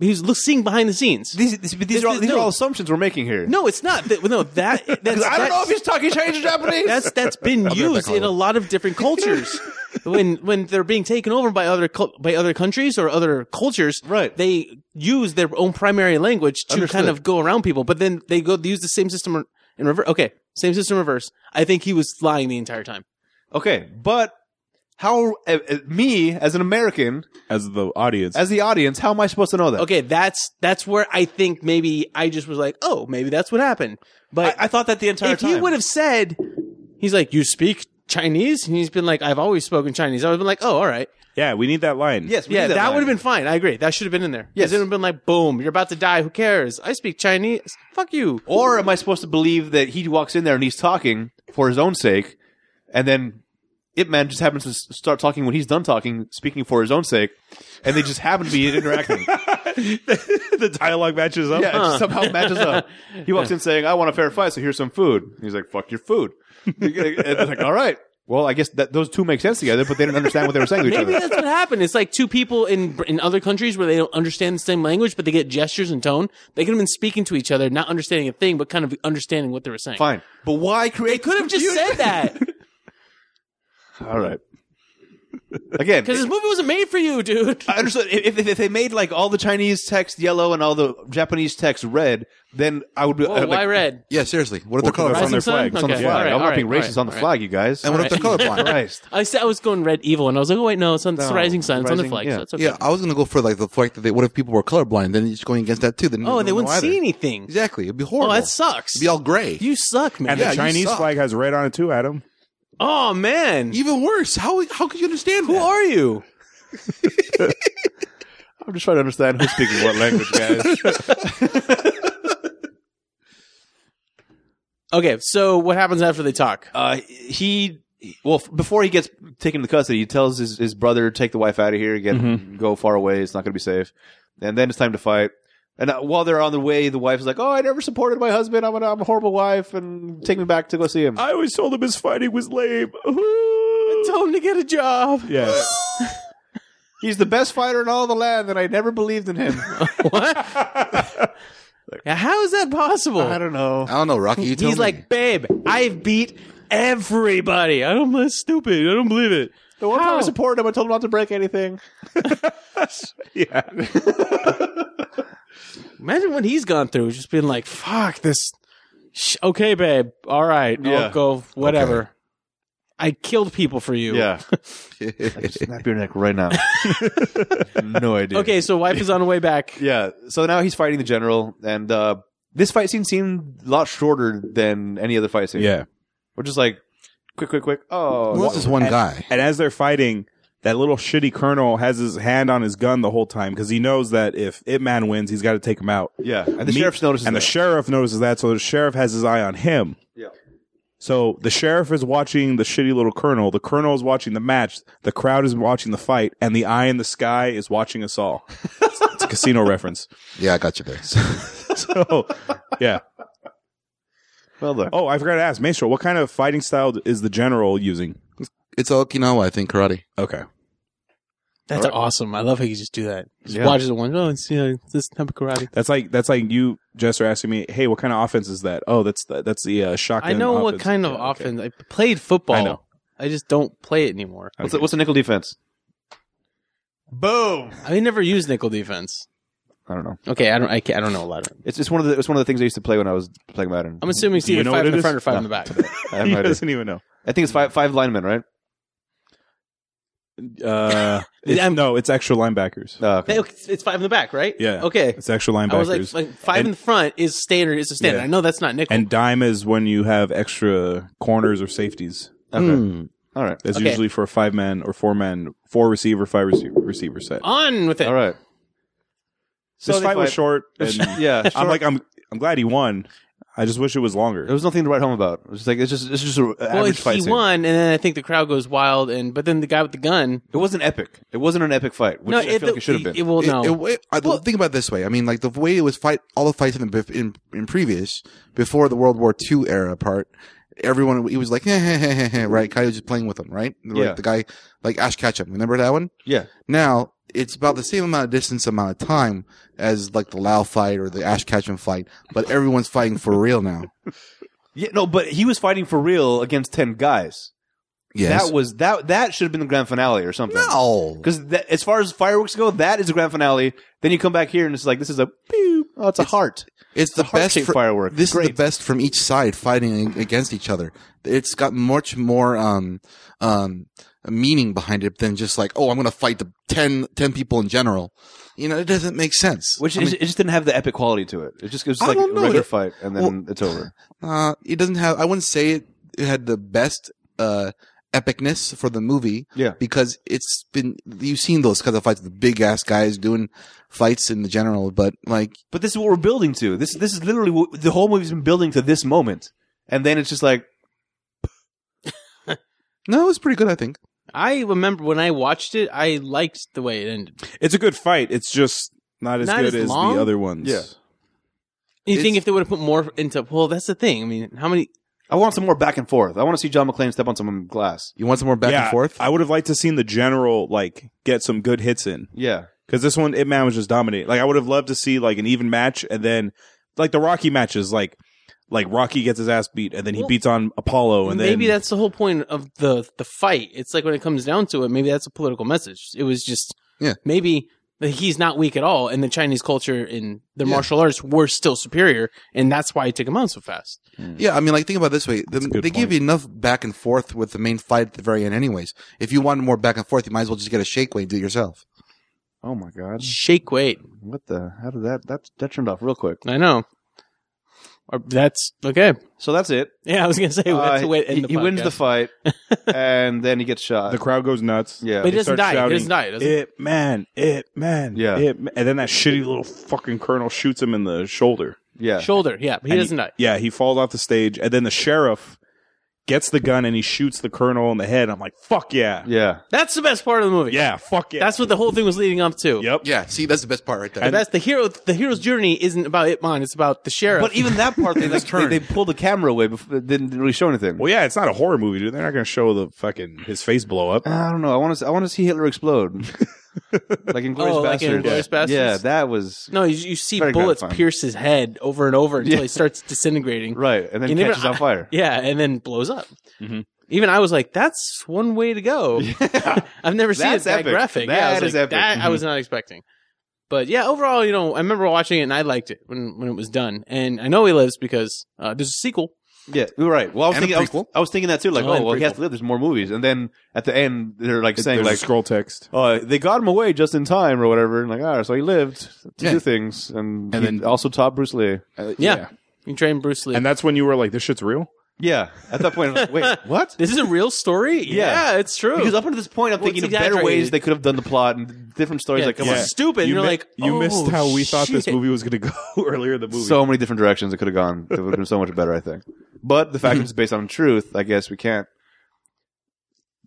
D: He was look- seeing behind the scenes.
B: These, these, these,
D: This
B: are, all,
D: is-
B: these
D: no.
B: are all assumptions we're making here.
D: no, it's not. That, no, that that's,
B: 'Cause I don't
D: that's-
B: know if he's talking Chinese or Japanese.
D: that's that's been used in a lot of different cultures. when when they're being taken over by other cul by other countries or other cultures,
B: Right.
D: They use their own primary language to
B: Understood.
D: kind of go around people, but then they go they use the same system re- in reverse. Okay, same system reverse. I think he was lying the entire time.
B: Okay, but how uh, uh, me as an American,
A: As the audience,
B: as the audience, how am I supposed to know that?
D: Okay, that's that's where I think maybe I just was like, oh, maybe that's what happened. But
B: I, I thought that the entire
D: if
B: time.
D: he would have said, he's like, you speak Chinese, and he's been like, I've always spoken Chinese. I would have been like, oh, all right.
A: yeah, we need that line.
B: yes, we
D: yeah,
B: did
D: that,
B: line.
D: would have been fine. I agree. That should have been in there.
B: Yes.
D: Yes. It would have been like, boom, you're about to die. Who cares? I speak Chinese. Fuck you.
B: Or am I supposed to believe that he walks in there and he's talking for his own sake, and then Ip Man just happens to s- start talking when he's done talking, speaking for his own sake, and they just happen to be interacting. yeah,
A: the dialogue matches up.
B: it just somehow matches up. He walks in saying, "I want a fair fight, so here's some food." He's like, "Fuck your food." and they're like, "All right." Well, I guess that those two make sense together, but they didn't understand what they were saying to each
D: Maybe
B: other.
D: that's what happened. It's like two people in in other countries where they don't understand the same language, but they get gestures and tone. They could have been speaking to each other, not understanding a thing, but kind of understanding what they were saying.
B: Fine, but why create?
D: They could have just said that.
B: All right. Again,
D: Because this movie wasn't made for you, dude.
B: I understood. If, if, if they made like all the Chinese text yellow and all the Japanese text red, then I would. be
D: Whoa,
B: I would,
D: why
B: like,
D: red?
C: Yeah, seriously. What if they're
A: Well, 'cause
C: colorblind?
A: that's on their flag.
D: Rising Sun?
A: It's on the
D: Okay,
B: Flag.
D: all right,
B: I'm
D: all
B: not
D: right,
B: being
D: all
B: racist
D: right,
B: on the
D: all right.
B: flag, you guys.
C: And what if they're colorblind?
B: Christ.
D: I, said I was going red evil, and I was like, oh, wait, no, it's on it's
B: No,
D: the rising sun. It's on the
B: Rising-
D: flag.
B: yeah.
D: So that's okay.
C: Yeah, I was gonna go for like the fact that they, what if people were colorblind? Then you're just going against that too. Then you
D: oh,
C: don't
D: they
C: know
D: wouldn't
C: either.
D: see anything.
C: Exactly, it'd be
D: Oh,
C: horrible.
D: that sucks.
C: It'd be all gray.
D: you suck, man.
A: And
C: Yeah,
A: the
C: you
A: Chinese
C: suck.
A: flag has red on it too, Adam.
D: Oh, man.
C: Even worse. How how could you understand?
D: Who are you?
B: I'm just trying to understand who's speaking what language, guys.
D: Okay, so what happens after they talk?
B: uh, he well f- before he gets taken into custody, he tells his, his brother take the wife out of here, get go far away. It's not going to be safe. And then it's time to fight. And uh, while they're on their way, the wife's like, "Oh, I never supported my husband. I'm, an, I'm a horrible wife, and take me back to go see
D: Uh,
B: him."
A: I always told him his fighting was lame.
D: Tell him to get a job.
A: yeah.
B: He's the best fighter in all the land, and I never believed in him.
D: What? Yeah, How is that
B: I
D: possible?
B: don't know.
C: I don't know, Rocky. You tell
D: He's
C: me.
D: like, babe, I've beat everybody. I don't. That's stupid. I don't believe it.
B: The one time
D: How?
B: I supported him, I told him not to break anything. yeah.
D: Imagine what he's gone through, just being like, "Fuck this." Sh- okay, babe. All right,
B: Yeah.
D: I'll go. Whatever. I killed people for you.
B: Yeah. Snap your neck right now. no idea.
D: Okay, so wife is on the way back.
B: Yeah. So now he's fighting the general, and uh, this fight scene seemed a lot shorter than any other fight scene.
A: yeah.
B: We're just like, quick, quick, quick. Oh,
C: Well, this is one guy.
A: And as they're fighting, that little shitty colonel has his hand on his gun the whole time because he knows that if It Man wins, he's got to take him out.
B: yeah. And the
A: Me-
B: sheriff's notices.
A: And the
B: that.
A: sheriff notices that, so the sheriff has his eye on him.
B: Yeah.
A: So the sheriff is watching the shitty little colonel. The colonel is watching the match. The crowd is watching the fight, and the eye in the sky is watching us all. it's, it's a casino reference.
C: Yeah, I got you there.
A: So, yeah.
B: well, look.
A: Oh, I forgot to ask, Maestro, what kind of fighting style is the general using?
C: It's Okinawa, I think, karate.
A: Okay.
D: That's awesome. I love how you just do that. Just
B: Yeah.
D: watches it once. Oh, it's you know, this type of karate.
A: That's like that's like you, Jess, are asking me, hey, what kind of offense is that? Oh, that's the, that's the uh, shotgun.
D: I know what
A: offense.
D: kind of
A: Yeah, okay.
D: offense. I played football.
A: I know.
D: I just don't play it anymore.
B: What's, the, what's the nickel defense? Boom.
D: I never used nickel defense.
B: I don't know.
D: Okay, I don't. I, can't- I don't know a lot of it.
B: It's, it's one of the it's one of the things I used to play when I was playing modern.
D: I'm assuming it's
A: Do you
D: either
A: know
D: five
A: what it
D: in the
A: is?
D: front or five in
A: No.
D: the back.
B: I, have
A: he
B: no idea.
A: doesn't even know.
B: I think it's five five linemen, right?
A: Uh, it's,
D: I'm-
A: no, it's actual linebackers.
B: Uh,
D: They- okay, It's it's five in the back, right?
A: Yeah.
D: Okay.
A: It's actual linebackers.
D: I was like, like five in
A: And-
D: the front is standard. Is a standard.
A: Yeah.
D: I know that's not nickel.
A: and dime is when you have extra corners or safeties.
B: okay.
C: Hmm.
B: All right.
A: That's
D: Okay.
A: usually for a five man or four man, four receiver, five receiver, receiver set.
D: On with it.
B: All right.
A: this
B: they
A: fight was short, and
B: Yeah.
A: I'm
B: short.
A: like, I'm I'm glad he won. I just wish it was
B: there
A: longer.
B: was nothing to write home about. It's just like it's just it's just an
D: Well,
B: average fight
D: he
B: scene.
D: won, and then I think the crowd goes wild. And but then the guy with the gun.
B: It wasn't epic. It wasn't an epic fight, which I feel like it should have
D: It
B: been.
D: will no.
C: It, it, I,
D: Well-
C: think about it this way. I mean, like the way it was fight, all the fights in the bef- in, in previous before the World War II era part. Everyone, he was like, "Heh, heh, heh, heh, heh," right? Kind of just playing with him, right? Like
B: Yeah.
C: The guy, like Ash Ketchum. Remember that one?
B: yeah.
C: Now it's about the same amount of distance, amount of time as like the Lao fight or the Ash Ketchum fight, but everyone's fighting for real now.
B: Yeah. No, but he was fighting for real against ten guys.
C: Yes.
B: That was that that should have been the grand finale or something.
C: no.
B: Because as far as fireworks go, that is the grand finale. Then you come back here and it's like this is a pew. Oh, it's a heart.
C: It's the
B: a heart
C: best
B: shaped
C: fr-
B: firework.
C: This is
B: Great.
C: the best from each side fighting a- against each other. It's got much more um um meaning behind it than just like oh I'm gonna fight the 10, 10 people in general. You know it doesn't make sense.
B: Which
C: I
B: is,
C: mean,
B: it just didn't have the epic quality to it. It just goes
C: I
B: like a
C: don't know.
B: regular
C: It-
B: fight and then it's over.
C: uh, it doesn't have. I wouldn't say it, it had the best uh epicness for the movie.
B: Yeah.
C: because it's been you've seen those kinds of fights, the big ass guys doing fights in the general, but like
B: But this is what we're building to. This this is literally what the whole movie's been building to this moment, and then it's just like
C: no, it was pretty good. I think.
D: I remember when I watched it, I liked the way it ended.
A: It's a good fight. It's just not as
D: Not
A: good
D: as
A: as,
D: long?
A: the other ones.
B: Yeah.
D: You think
C: It's-
D: if they would have put more into well, that's the thing. I mean, how many?
B: I want some more back and forth. I want to see John McClane step on some glass.
C: You want some more back
A: Yeah,
C: and forth?
A: I would have liked to seen the general like get some good hits in
B: Yeah,
A: because this one, it man was just dominating. Like I would have loved to see like an even match, and then like the Rocky matches, like like Rocky gets his ass beat, and then he
D: Well,
A: beats on Apollo, and
D: maybe
A: then
D: that's the whole point of the the fight. It's like when it comes down to it, maybe that's a political message. It was just
C: Yeah.
D: maybe that he's not weak at all, and the Chinese culture and the
C: Yeah.
D: martial arts were still superior, and that's why he took him out so fast.
C: Yeah, I mean, like think about it this way: the,
A: a good
C: they give you enough back and forth with the main fight at the very end, anyways. If you want more back and forth, you might as well just get a shake weight and do it yourself.
B: Oh my god.
D: Shake weight,
B: What the how did that that that turned off real quick.
D: I know. Or- That's okay.
B: So that's it.
D: Yeah, I was gonna say
B: Uh,
D: that's the way it
B: he
D: ended
B: he wins the
D: podcast.
B: fight and then he gets shot.
A: the crowd goes nuts.
B: yeah.
D: but he
A: They
D: doesn't
A: start
D: die.
A: shouting,
D: He doesn't die. Doesn't he?
A: It man, it man,
B: Yeah.
A: Ip Man. and then that shitty little fucking colonel shoots him in the shoulder.
B: yeah.
D: Shoulder, yeah, but he
A: And
D: doesn't die.
A: Yeah, he falls off the stage, and then the sheriff gets the gun and he shoots the colonel in the head. I'm like, fuck yeah,
B: yeah.
D: That's the best part of the movie.
A: yeah, fuck yeah.
D: That's what the whole thing was leading up to.
A: yep.
C: Yeah, see, that's the best part right there.
D: And that's the hero. The hero's journey isn't about Ip Man. It's about the sheriff.
B: But even that part, they, like, they, they pulled the camera away. Before, it didn't really show anything.
A: Well, yeah, it's not a horror movie, dude. They're not going to show the fucking his face blow up.
B: I don't know. I want to. I want to see Hitler explode. like Inglorious
D: Oh, like in
B: Bastards.
D: Inglourious Basterds?
B: Yeah, that was
D: No, you, you see
B: Very
D: bullets
B: gratifying.
D: pierce his head over and over until
B: Yeah.
D: he starts disintegrating.
B: right, and then
D: You never-
B: catches on fire.
D: Yeah, and then blows up.
B: Mhm.
D: Even I was like, "That's one way to go." I've never seen it
B: That's
D: that
B: epic.
D: graphic.
B: That
D: yeah, I was
B: is
D: like,
B: epic.
D: That I
B: Mhm.
D: was not expecting. But yeah, overall, you know, I remember watching it and I liked it when when it was done. And I know he lives because uh, there's a sequel.
B: Yeah, you're right. Well, I was
C: And a
B: thinking, I was,
C: prequel.
B: I was thinking that too. Like,
D: Oh,
B: oh,
D: and
B: well, he has
D: prequel.
B: to live. There's more movies, and then at the end, they're like saying,
A: There's
B: like,
A: a scroll text.
B: uh, they got him away just in time or whatever, and like, ah, so he lived to
C: Yeah.
B: do things, and,
C: And
B: he
C: then-
B: also taught Bruce Lee.
C: Uh,
D: Yeah. You train Bruce Lee.
A: And that's when you were like, this shit's real?
B: Yeah, at that point, I'm like, wait, what?
D: this is a real story.
B: Yeah.
D: it's true.
B: Because up until this point, I'm
D: Well,
B: thinking
D: it's
B: of better ways
D: exaggerated.
B: they could have done the plot and different stories.
D: yeah,
B: like, "Oh, come
D: this
A: yeah.
D: is stupid. and you're
A: mi-
D: like,
A: you missed
D: "Oh,
A: how we thought this
D: shit."
A: movie was going to go earlier in the
B: on,
A: movie.
B: so many different directions it could have gone. It would have been so much better, I think. But the fact that it's based on truth, I guess we can't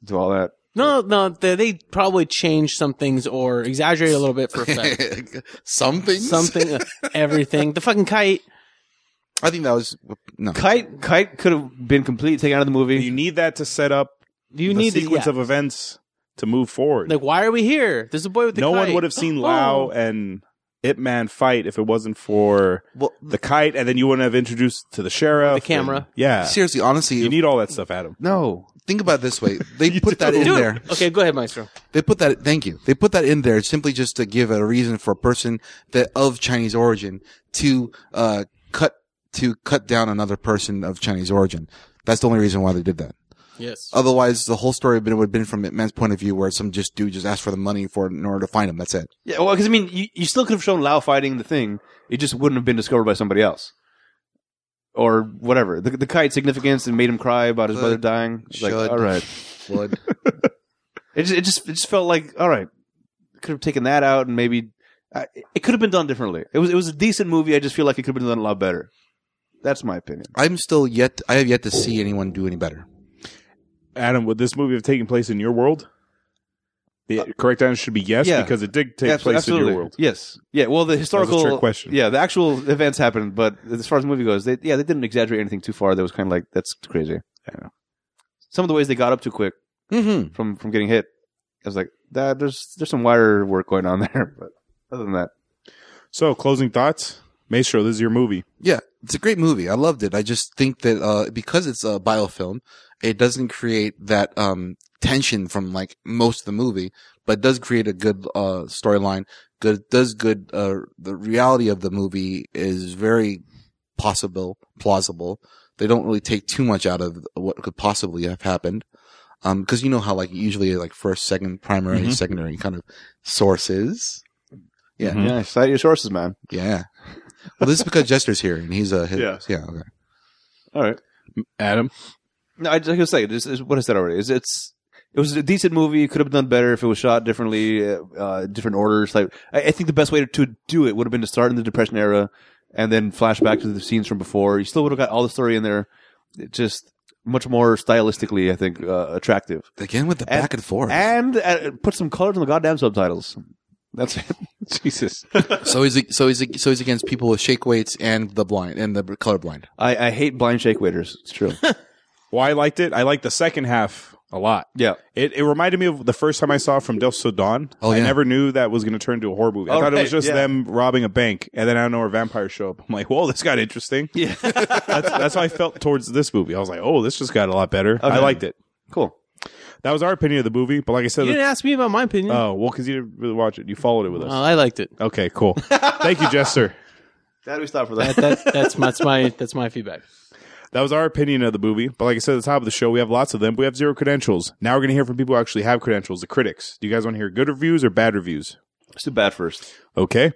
B: do all that.
D: No, no, they, they probably changed some things or exaggerated a little bit for effect.
C: Something.
D: Something, uh, everything. The fucking kite.
C: I think that was no.
B: Kite, kite could have been completely taken out of the movie.
A: you need that to set up
D: You
A: the
D: need to-
A: sequence
D: yeah.
A: of events to move forward.
D: like, why are we here? There's a boy with the
A: no
D: kite.
A: one would have seen Lao
D: Oh.
A: and Ip Man fight if it wasn't for
C: Well,
A: the kite, and then you wouldn't have introduced to the sheriff.
D: The camera.
A: and- yeah.
C: seriously, honestly,
A: You need all that stuff, Adam.
B: no,
C: think about it this way. They put that in
D: Dude,
C: there.
D: Okay, go ahead, Maestro.
C: They put that. Thank you. They put that in there simply just to give a reason for a person that of Chinese origin to uh, cut to cut down another person of Chinese origin. That's the only reason why they did that.
D: Yes.
A: Oh,
C: Otherwise, the whole story would have been from a man's point of view, where some just dude just asked for the money for it in order to find him. That's it.
B: Yeah, well, because I mean, you, you still could have shown Lao fighting the thing. It just wouldn't have been discovered by somebody else, or whatever. The, the kite significance and made him cry about his
C: Uh,
B: brother dying. It's like,
C: should.
B: all right,
C: Blood.
B: it just, it just it just felt like all right. Could have taken that out and maybe uh, it could have been done differently. It was it was a decent movie. I just feel like it could have been done a lot better. That's my opinion.
C: I'm still yet. I have yet to see anyone do any better.
A: Adam, would this movie have taken place in your world? The correct answer should be yes,
B: Uh, yeah.
A: because it did take
B: Yeah,
A: place in
B: absolutely.
A: your world.
B: Yes. Yeah. Well, the
A: trick
B: historical
A: question.
B: Yeah, the actual events happened, but as far as the movie goes, they yeah they didn't exaggerate anything too far. That was kind of like that's crazy. I know. Some of the ways they got up too quick.
C: Mm-hmm.
B: from from getting hit. I was like, that there's there's some wire work going on there, but other than that,
A: So, closing thoughts, Maestro. This is your movie.
C: Yeah, it's a great movie. I loved it. I just think that uh, because it's a biofilm, it doesn't create that um, tension from like most of the movie, but does create a good uh, storyline. Good does good. Uh, the reality of the movie is very possible, plausible. They don't really take too much out of what could possibly have happened. Um, cause you know how like usually like first, second, primary,
A: Mhm.
C: secondary kind of sources. Yeah.
A: Mhm.
B: yeah, cite your sources, man.
C: Yeah. Well, this is because Jester's here and he's a his,
B: Yeah.
C: yeah. Okay.
B: All right.
A: Adam,
B: No, I just like I was saying, this is what I said already. Is it's it was a decent movie. It Could have been done better if it was shot differently, uh, uh, different orders. Like I, I think the best way to, to do it would have been to start in the Depression era and then flash back to the scenes from before. You still would have got all the story in there. It just much more stylistically, I think, uh, attractive.
C: Again with the
B: And-
C: back and forth.
B: And uh, put some colors on the goddamn subtitles. That's it. Jesus.
C: so he's so he's so he's against people with shake weights and the blind and the colorblind.
B: I, I hate blind shake waiters. It's true.
A: well, I liked it. I liked the second half a lot.
B: yeah.
A: It, it reminded me of the first time I saw it from Del Dawn.
C: Oh,
A: I
C: yeah.
A: never knew that was going to turn into a horror movie. I
B: Oh,
A: thought it was
B: right,
A: just
B: yeah.
A: them robbing a bank, and then I don't know where vampires show up. I'm like, whoa, this got interesting.
B: Yeah.
A: That's, that's how I felt towards this movie. I was like, oh, this just got a lot better. I
B: Okay.
A: liked it.
B: cool.
A: That was our opinion of the movie, but like I said,
D: You didn't ask me about my opinion.
A: oh well, because you didn't really watch it. You followed it with us.
D: Oh, I liked it.
A: okay, cool. Thank you, Jester.
B: Glad we stopped for
D: That, that, that's, my, that's my that's my feedback.
A: That was our opinion of the movie. But like I said at the top of the show, we have lots of them. but We have zero credentials. Now we're going to hear from people who actually have credentials, the critics. Do you guys want to hear good reviews or bad reviews?
B: Let's do bad first.
A: Okay.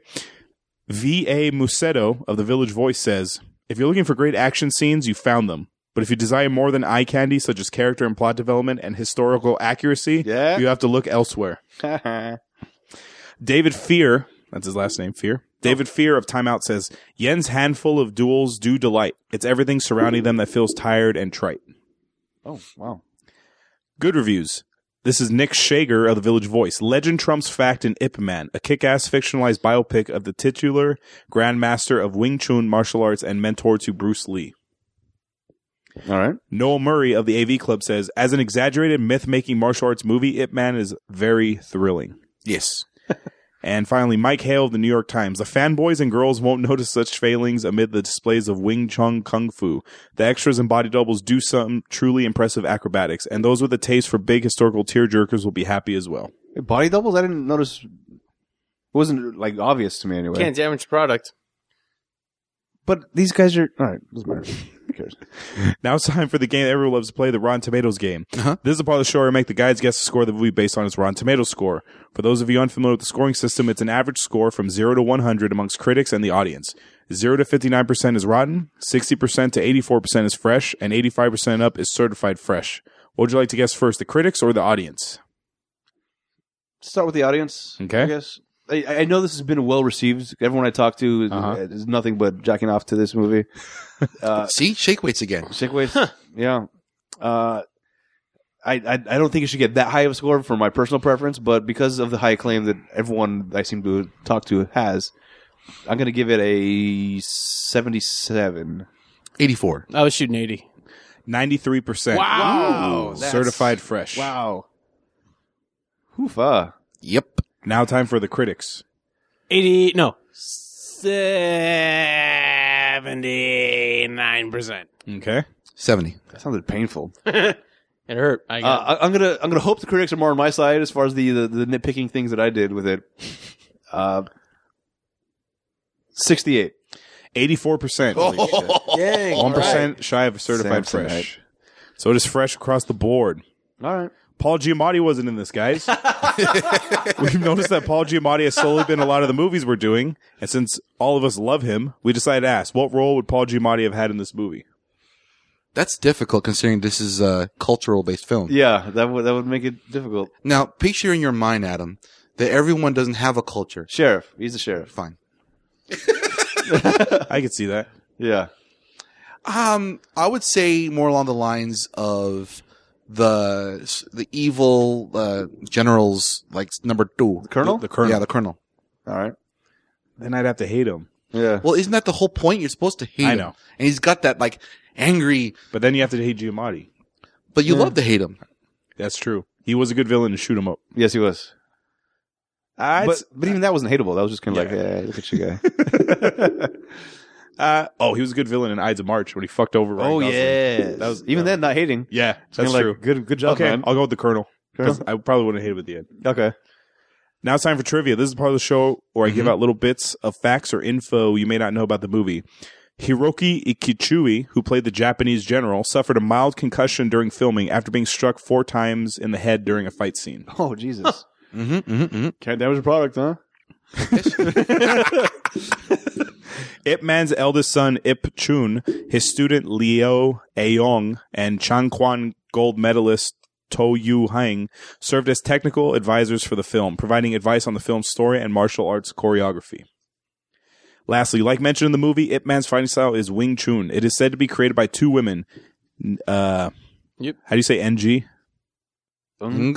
A: V.A. Musetto of The Village Voice says If you're looking for great action scenes, you found them. But if you desire more than eye candy, such as character and plot development and historical accuracy,
B: Yeah.
A: you have to look elsewhere. David Fear, that's his last name, Fear. David Fear of Time Out says, Yen's handful of duels do delight. It's everything surrounding them that feels tired and trite.
B: oh wow.
A: Good reviews. This is Nick Shager of The Village Voice. Legend trumps fact in Ip Man, a kick-ass fictionalized biopic of the titular grandmaster of Wing Chun martial arts and mentor to Bruce Lee.
B: All right.
A: Noel Murray of the AV Club says, as an exaggerated myth-making martial arts movie, Ip Man is very thrilling.
C: Yes.
A: And finally, Mike Hale of the New York Times. The fanboys and girls won't notice such failings amid the displays of Wing Chun Kung Fu. The extras and body doubles do some truly impressive acrobatics, and those with a taste for big historical tearjerkers will be happy as well.
B: Hey, Body doubles? I didn't notice. It wasn't like obvious to me anyway.
D: Can't damage the product.
B: But these guys are all right. Doesn't matter. Who cares?
A: Now it's time for the game everyone loves to play, the Rotten Tomatoes game.
C: Uh-huh.
A: This is the part of the show where I make the guides guess the score of the movie based on its Rotten Tomatoes score. For those of you unfamiliar with the scoring system, it's an average score from 0 to 100 amongst critics and the audience. 0 to 59% is rotten, 60% to 84% is fresh, and 85% and up is certified fresh. What would you like to guess first, the critics or the audience?
B: Start with the audience.
A: Okay.
B: I guess. I, I know this has been well received. Everyone I talk to is,
A: Uh-huh.
B: is nothing but jacking off to this movie. Uh,
C: See, shake weights again.
B: Sick ways. Yeah. Uh, I, I I don't think it should get that high of a score for my personal preference, but because of the high acclaim that everyone I seem to talk to has, I'm going to give it a 77.
C: Eighty-four.
D: I was shooting 80.
A: 93%.
D: Wow. That's-
A: certified fresh.
B: Wow. Hoofa.
C: Yep.
A: Now time for the critics.
D: 80, no. 79%.
A: Okay.
C: Seventy.
B: That sounded painful.
D: It hurt. I got
B: Uh, I, I'm gonna I'm gonna hope the critics are more on my side as far as the the, the nitpicking things that I did with it. Uh, Sixty eight.
A: 84%. Oh.
D: Dang.
A: 1% shy of certified
B: Samsonite.
A: fresh. So it is fresh across the board.
B: All right.
A: Paul Giamatti wasn't in this, guys. We've noticed that Paul Giamatti has solely been in a lot of the movies we're doing, and since all of us love him, we decided to ask, what role would Paul Giamatti have had in this movie?
C: That's difficult considering this is a cultural-based film.
B: Yeah, that would that would make it difficult.
C: Now, picture in your mind, Adam, that everyone doesn't have a culture.
B: Sheriff. He's the sheriff.
C: Fine.
A: I could see that.
B: Yeah.
C: Um, I would say more along the lines of the the evil uh, general's like number two,
B: Colonel?
A: The, the colonel.
C: Yeah, the colonel.
B: All right.
A: then I'd have to hate him.
B: Yeah.
C: Well, isn't that the whole point? You're supposed to hate
A: I
C: him.
A: know.
C: And he's got that like angry,
A: But then you have to hate Giamatti.
C: but you
B: Yeah.
C: love to hate him.
A: That's true. He was a good villain to shoot him up.
B: yes, he was.
A: I'd,
B: But but even that wasn't hateable. That was just kind
A: Yeah.
B: of like, yeah, look at you guy.
A: uh, oh, he was a good villain in Ides of March when he fucked over Ryan Gosling.
B: that was Oh, even then not hating.
A: Yeah, that's
B: Kinda like,
A: true.
B: Good good job,
A: Okay,
B: man.
A: I'll go with the colonel. 'cause
B: Colonel?
A: I probably wouldn't hate him at the end.
B: Okay.
A: Now it's time for trivia. This is part of the show where I give out little bits of facts or info you may not know about the movie. Hiroki Ikichui, who played the Japanese general, suffered a mild concussion during filming after being struck four times in the head during a fight scene.
B: Oh Jesus.
C: Mm-hmm, mm-hmm, mm-hmm.
B: Can't damage a product, huh?
A: Ip Man's eldest son, Ip Chun, his student, Leo Aeong, and Changquan gold medalist, To Yu Hang, served as technical advisors for the film, providing advice on the film's story and martial arts choreography. Lastly, like mentioned in the movie, Ip Man's fighting style is Wing Chun. It is said to be created by two women. N- Uh,
D: Yep.
A: How do you say NG?
B: Um,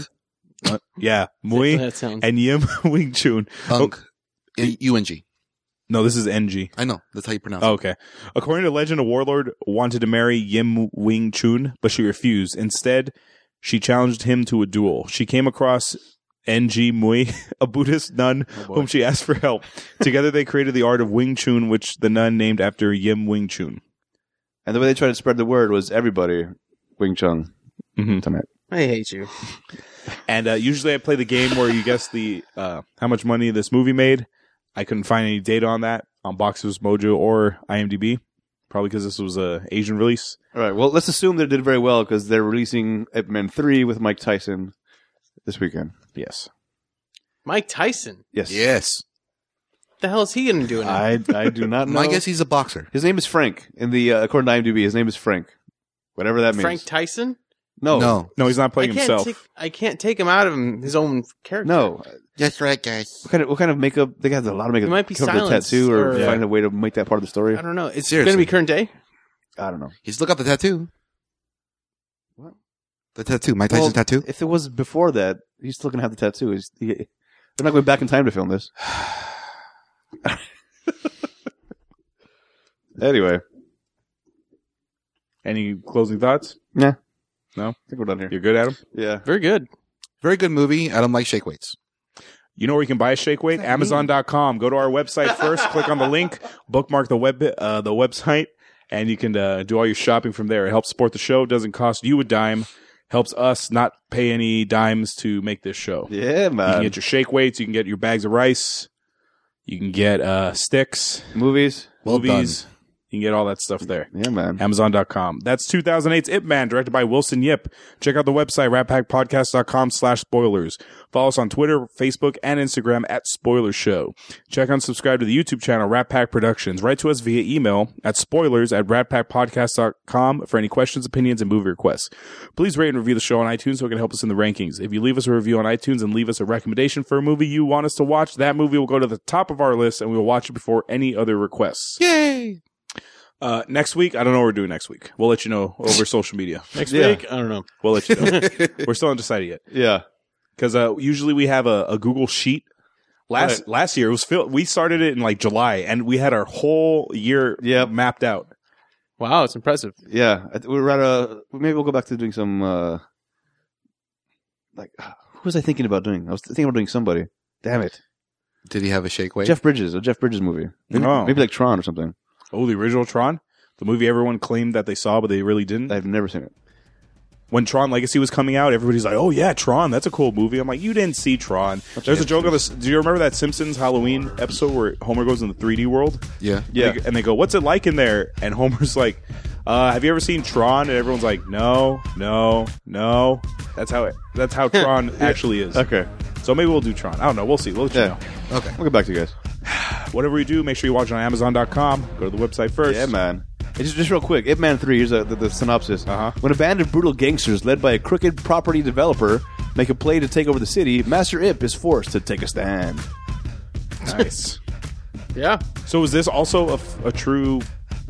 A: Yeah, Mui
D: that sounds.
A: and Yim Wing Chun.
C: Unk. I- UNG.
A: No, this is NG.
C: I know. That's how you pronounce
A: Oh,
C: it.
A: okay. According to legend, a warlord wanted to marry Yim Wing Chun, but she refused. Instead, she challenged him to a duel. She came across Ng Mui, a Buddhist nun
D: Oh,
A: whom she asked for help. Together, they created the art of Wing Chun, which the nun named after Yim Wing Chun.
B: and the way they tried to spread the word was everybody Wing Chun.
A: Mhm.
B: Tonight.
D: I hate you.
A: And uh, usually, I play the game where you guess the uh, how much money this movie made. I couldn't find any data on that on Boxers Mojo or IMDb, probably because this was a Asian release.
B: All right. Well, let's assume that it did very well because they're releasing Ip Man three with Mike Tyson this weekend.
A: Yes,
D: Mike Tyson.
B: Yes.
C: Yes.
D: The hell is he going to do now?
B: I I do not know.
C: I guess he's a boxer.
B: his name is Frank. In the uh, according to IMDb, his name is Frank. Whatever that means.
D: Frank Tyson?
A: Oh.
B: no.
C: No.
A: no, he's not
D: I
A: playing
D: can't,
A: himself.
D: Take, I can't take him out of him, his own character.
B: No.
C: That's right, guys.
B: What kind of what kind of makeup? They got a lot of makeup.
D: It might be
B: cover the
D: silence
B: tattoo or,
D: or-
B: find a way to make that part of the story.
D: I don't know. It's going
C: Seriously.
D: to be current day?
B: I don't know.
C: He's look up the tattoo.
B: What?
C: The tattoo. Mike Tyson's
B: Well,
C: tattoo.
B: If it was before that, he's still gonna have the tattoo. He's, he, they're not going back in time to film this. anyway,
A: Any closing thoughts?
B: I think we're done here.
A: You're good, Adam.
B: Yeah.
D: Very good.
C: Very good movie. Adam likes shake weights.
A: You know where you can buy a shake weight? Amazon.com. Go to our website first, click on the link, bookmark the web uh, the website, and you can uh, do all your shopping from there. It helps support the show. It doesn't cost you a dime. Helps us not pay any dimes to make this show.
B: Yeah,
A: You can
B: man.
A: get your shake weights. You can get your bags of rice. You can get uh, sticks,
B: Movies.
C: Well
A: movies. You can get all that stuff there.
B: Yeah, man.
A: Amazon.com. That's 2008's Ip Man, directed by Wilson Yip. Check out the website, ratpackpodcast.com slash spoilers. Follow us on Twitter, Facebook, and Instagram at Spoiler Show. Check out and subscribe to the YouTube channel, Rat Pack Productions. Write to us via email at spoilers at ratpackpodcast.com for any questions, opinions, and movie requests. Please rate and review the show on iTunes so it can help us in the rankings. If you leave us a review on iTunes and leave us a recommendation for a movie you want us to watch, that movie will go to the top of our list and we will watch it before any other requests.
C: Yay!
A: Uh, next week, I don't know what we're doing next week. We'll let you know over social media.
D: Next
B: Yeah.
D: week, I don't know.
A: We'll let you know. we're still undecided yet
B: Yeah.
A: because uh, usually we have a, a Google sheet. Last
B: Right.
A: last year it was filled. We started it in like July, and we had our whole year
B: Yep.
A: mapped out.
D: Wow, it's impressive.
B: Yeah. I th- We're at a. Maybe we'll go back to doing some. uh Like, who was I thinking about doing? I was thinking about doing somebody. Damn it.
C: Did he have a shake weight?
B: Jeff Bridges, a Jeff Bridges movie. Maybe,
A: Oh.
B: maybe like Tron or something.
A: Oh, the original Tron, the movie everyone claimed that they saw but they really didn't.
B: I've never seen it.
A: When Tron Legacy was coming out, everybody's like, "Oh yeah, Tron, that's a cool movie." I'm like, "You didn't see Tron." There's a joke on this. Do you remember that Simpsons Halloween episode where Homer goes in the 3D world?
C: yeah.
A: They- and they go, "What's it like in there?" And Homer's like, uh, "Have you ever seen Tron?" And everyone's like, "No, no, no." That's how it. That's how Tron actually is.
B: Okay.
A: So maybe we'll do Tron. I don't know. We'll see. We'll let you
B: Yeah.
A: know.
C: Okay.
B: We'll get back to you guys.
A: Whatever we do, make sure you watch it on Amazon.com. Go to the website first.
B: Yeah, man. Hey, just, just real quick, Ip Man 3, here's the, the, the synopsis.
A: Uh-huh.
B: When a band of brutal gangsters led by a crooked property developer make a play to take over the city, Master Ip is forced to take a stand.
A: Nice.
D: Yeah.
A: so is this also a, f- a true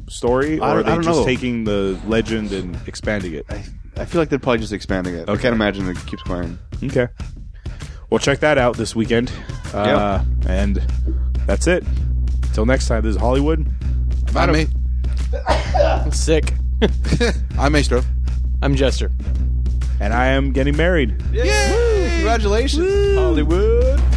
A: story, or
B: I don't-
A: are
B: I
A: they
B: don't
A: just
B: know.
A: taking the legend and expanding it?
B: I, I feel like they're probably just expanding it. I
A: Okay.
B: can't imagine it keeps going.
A: Okay. Well, check that out this weekend. Uh, And that's it. Till next time, this is Hollywood.
C: I'm, a-
D: I'm sick.
C: I'm Maestro.
D: I'm Jester.
A: and I am getting married.
B: Yay! Congratulations, Hollywood!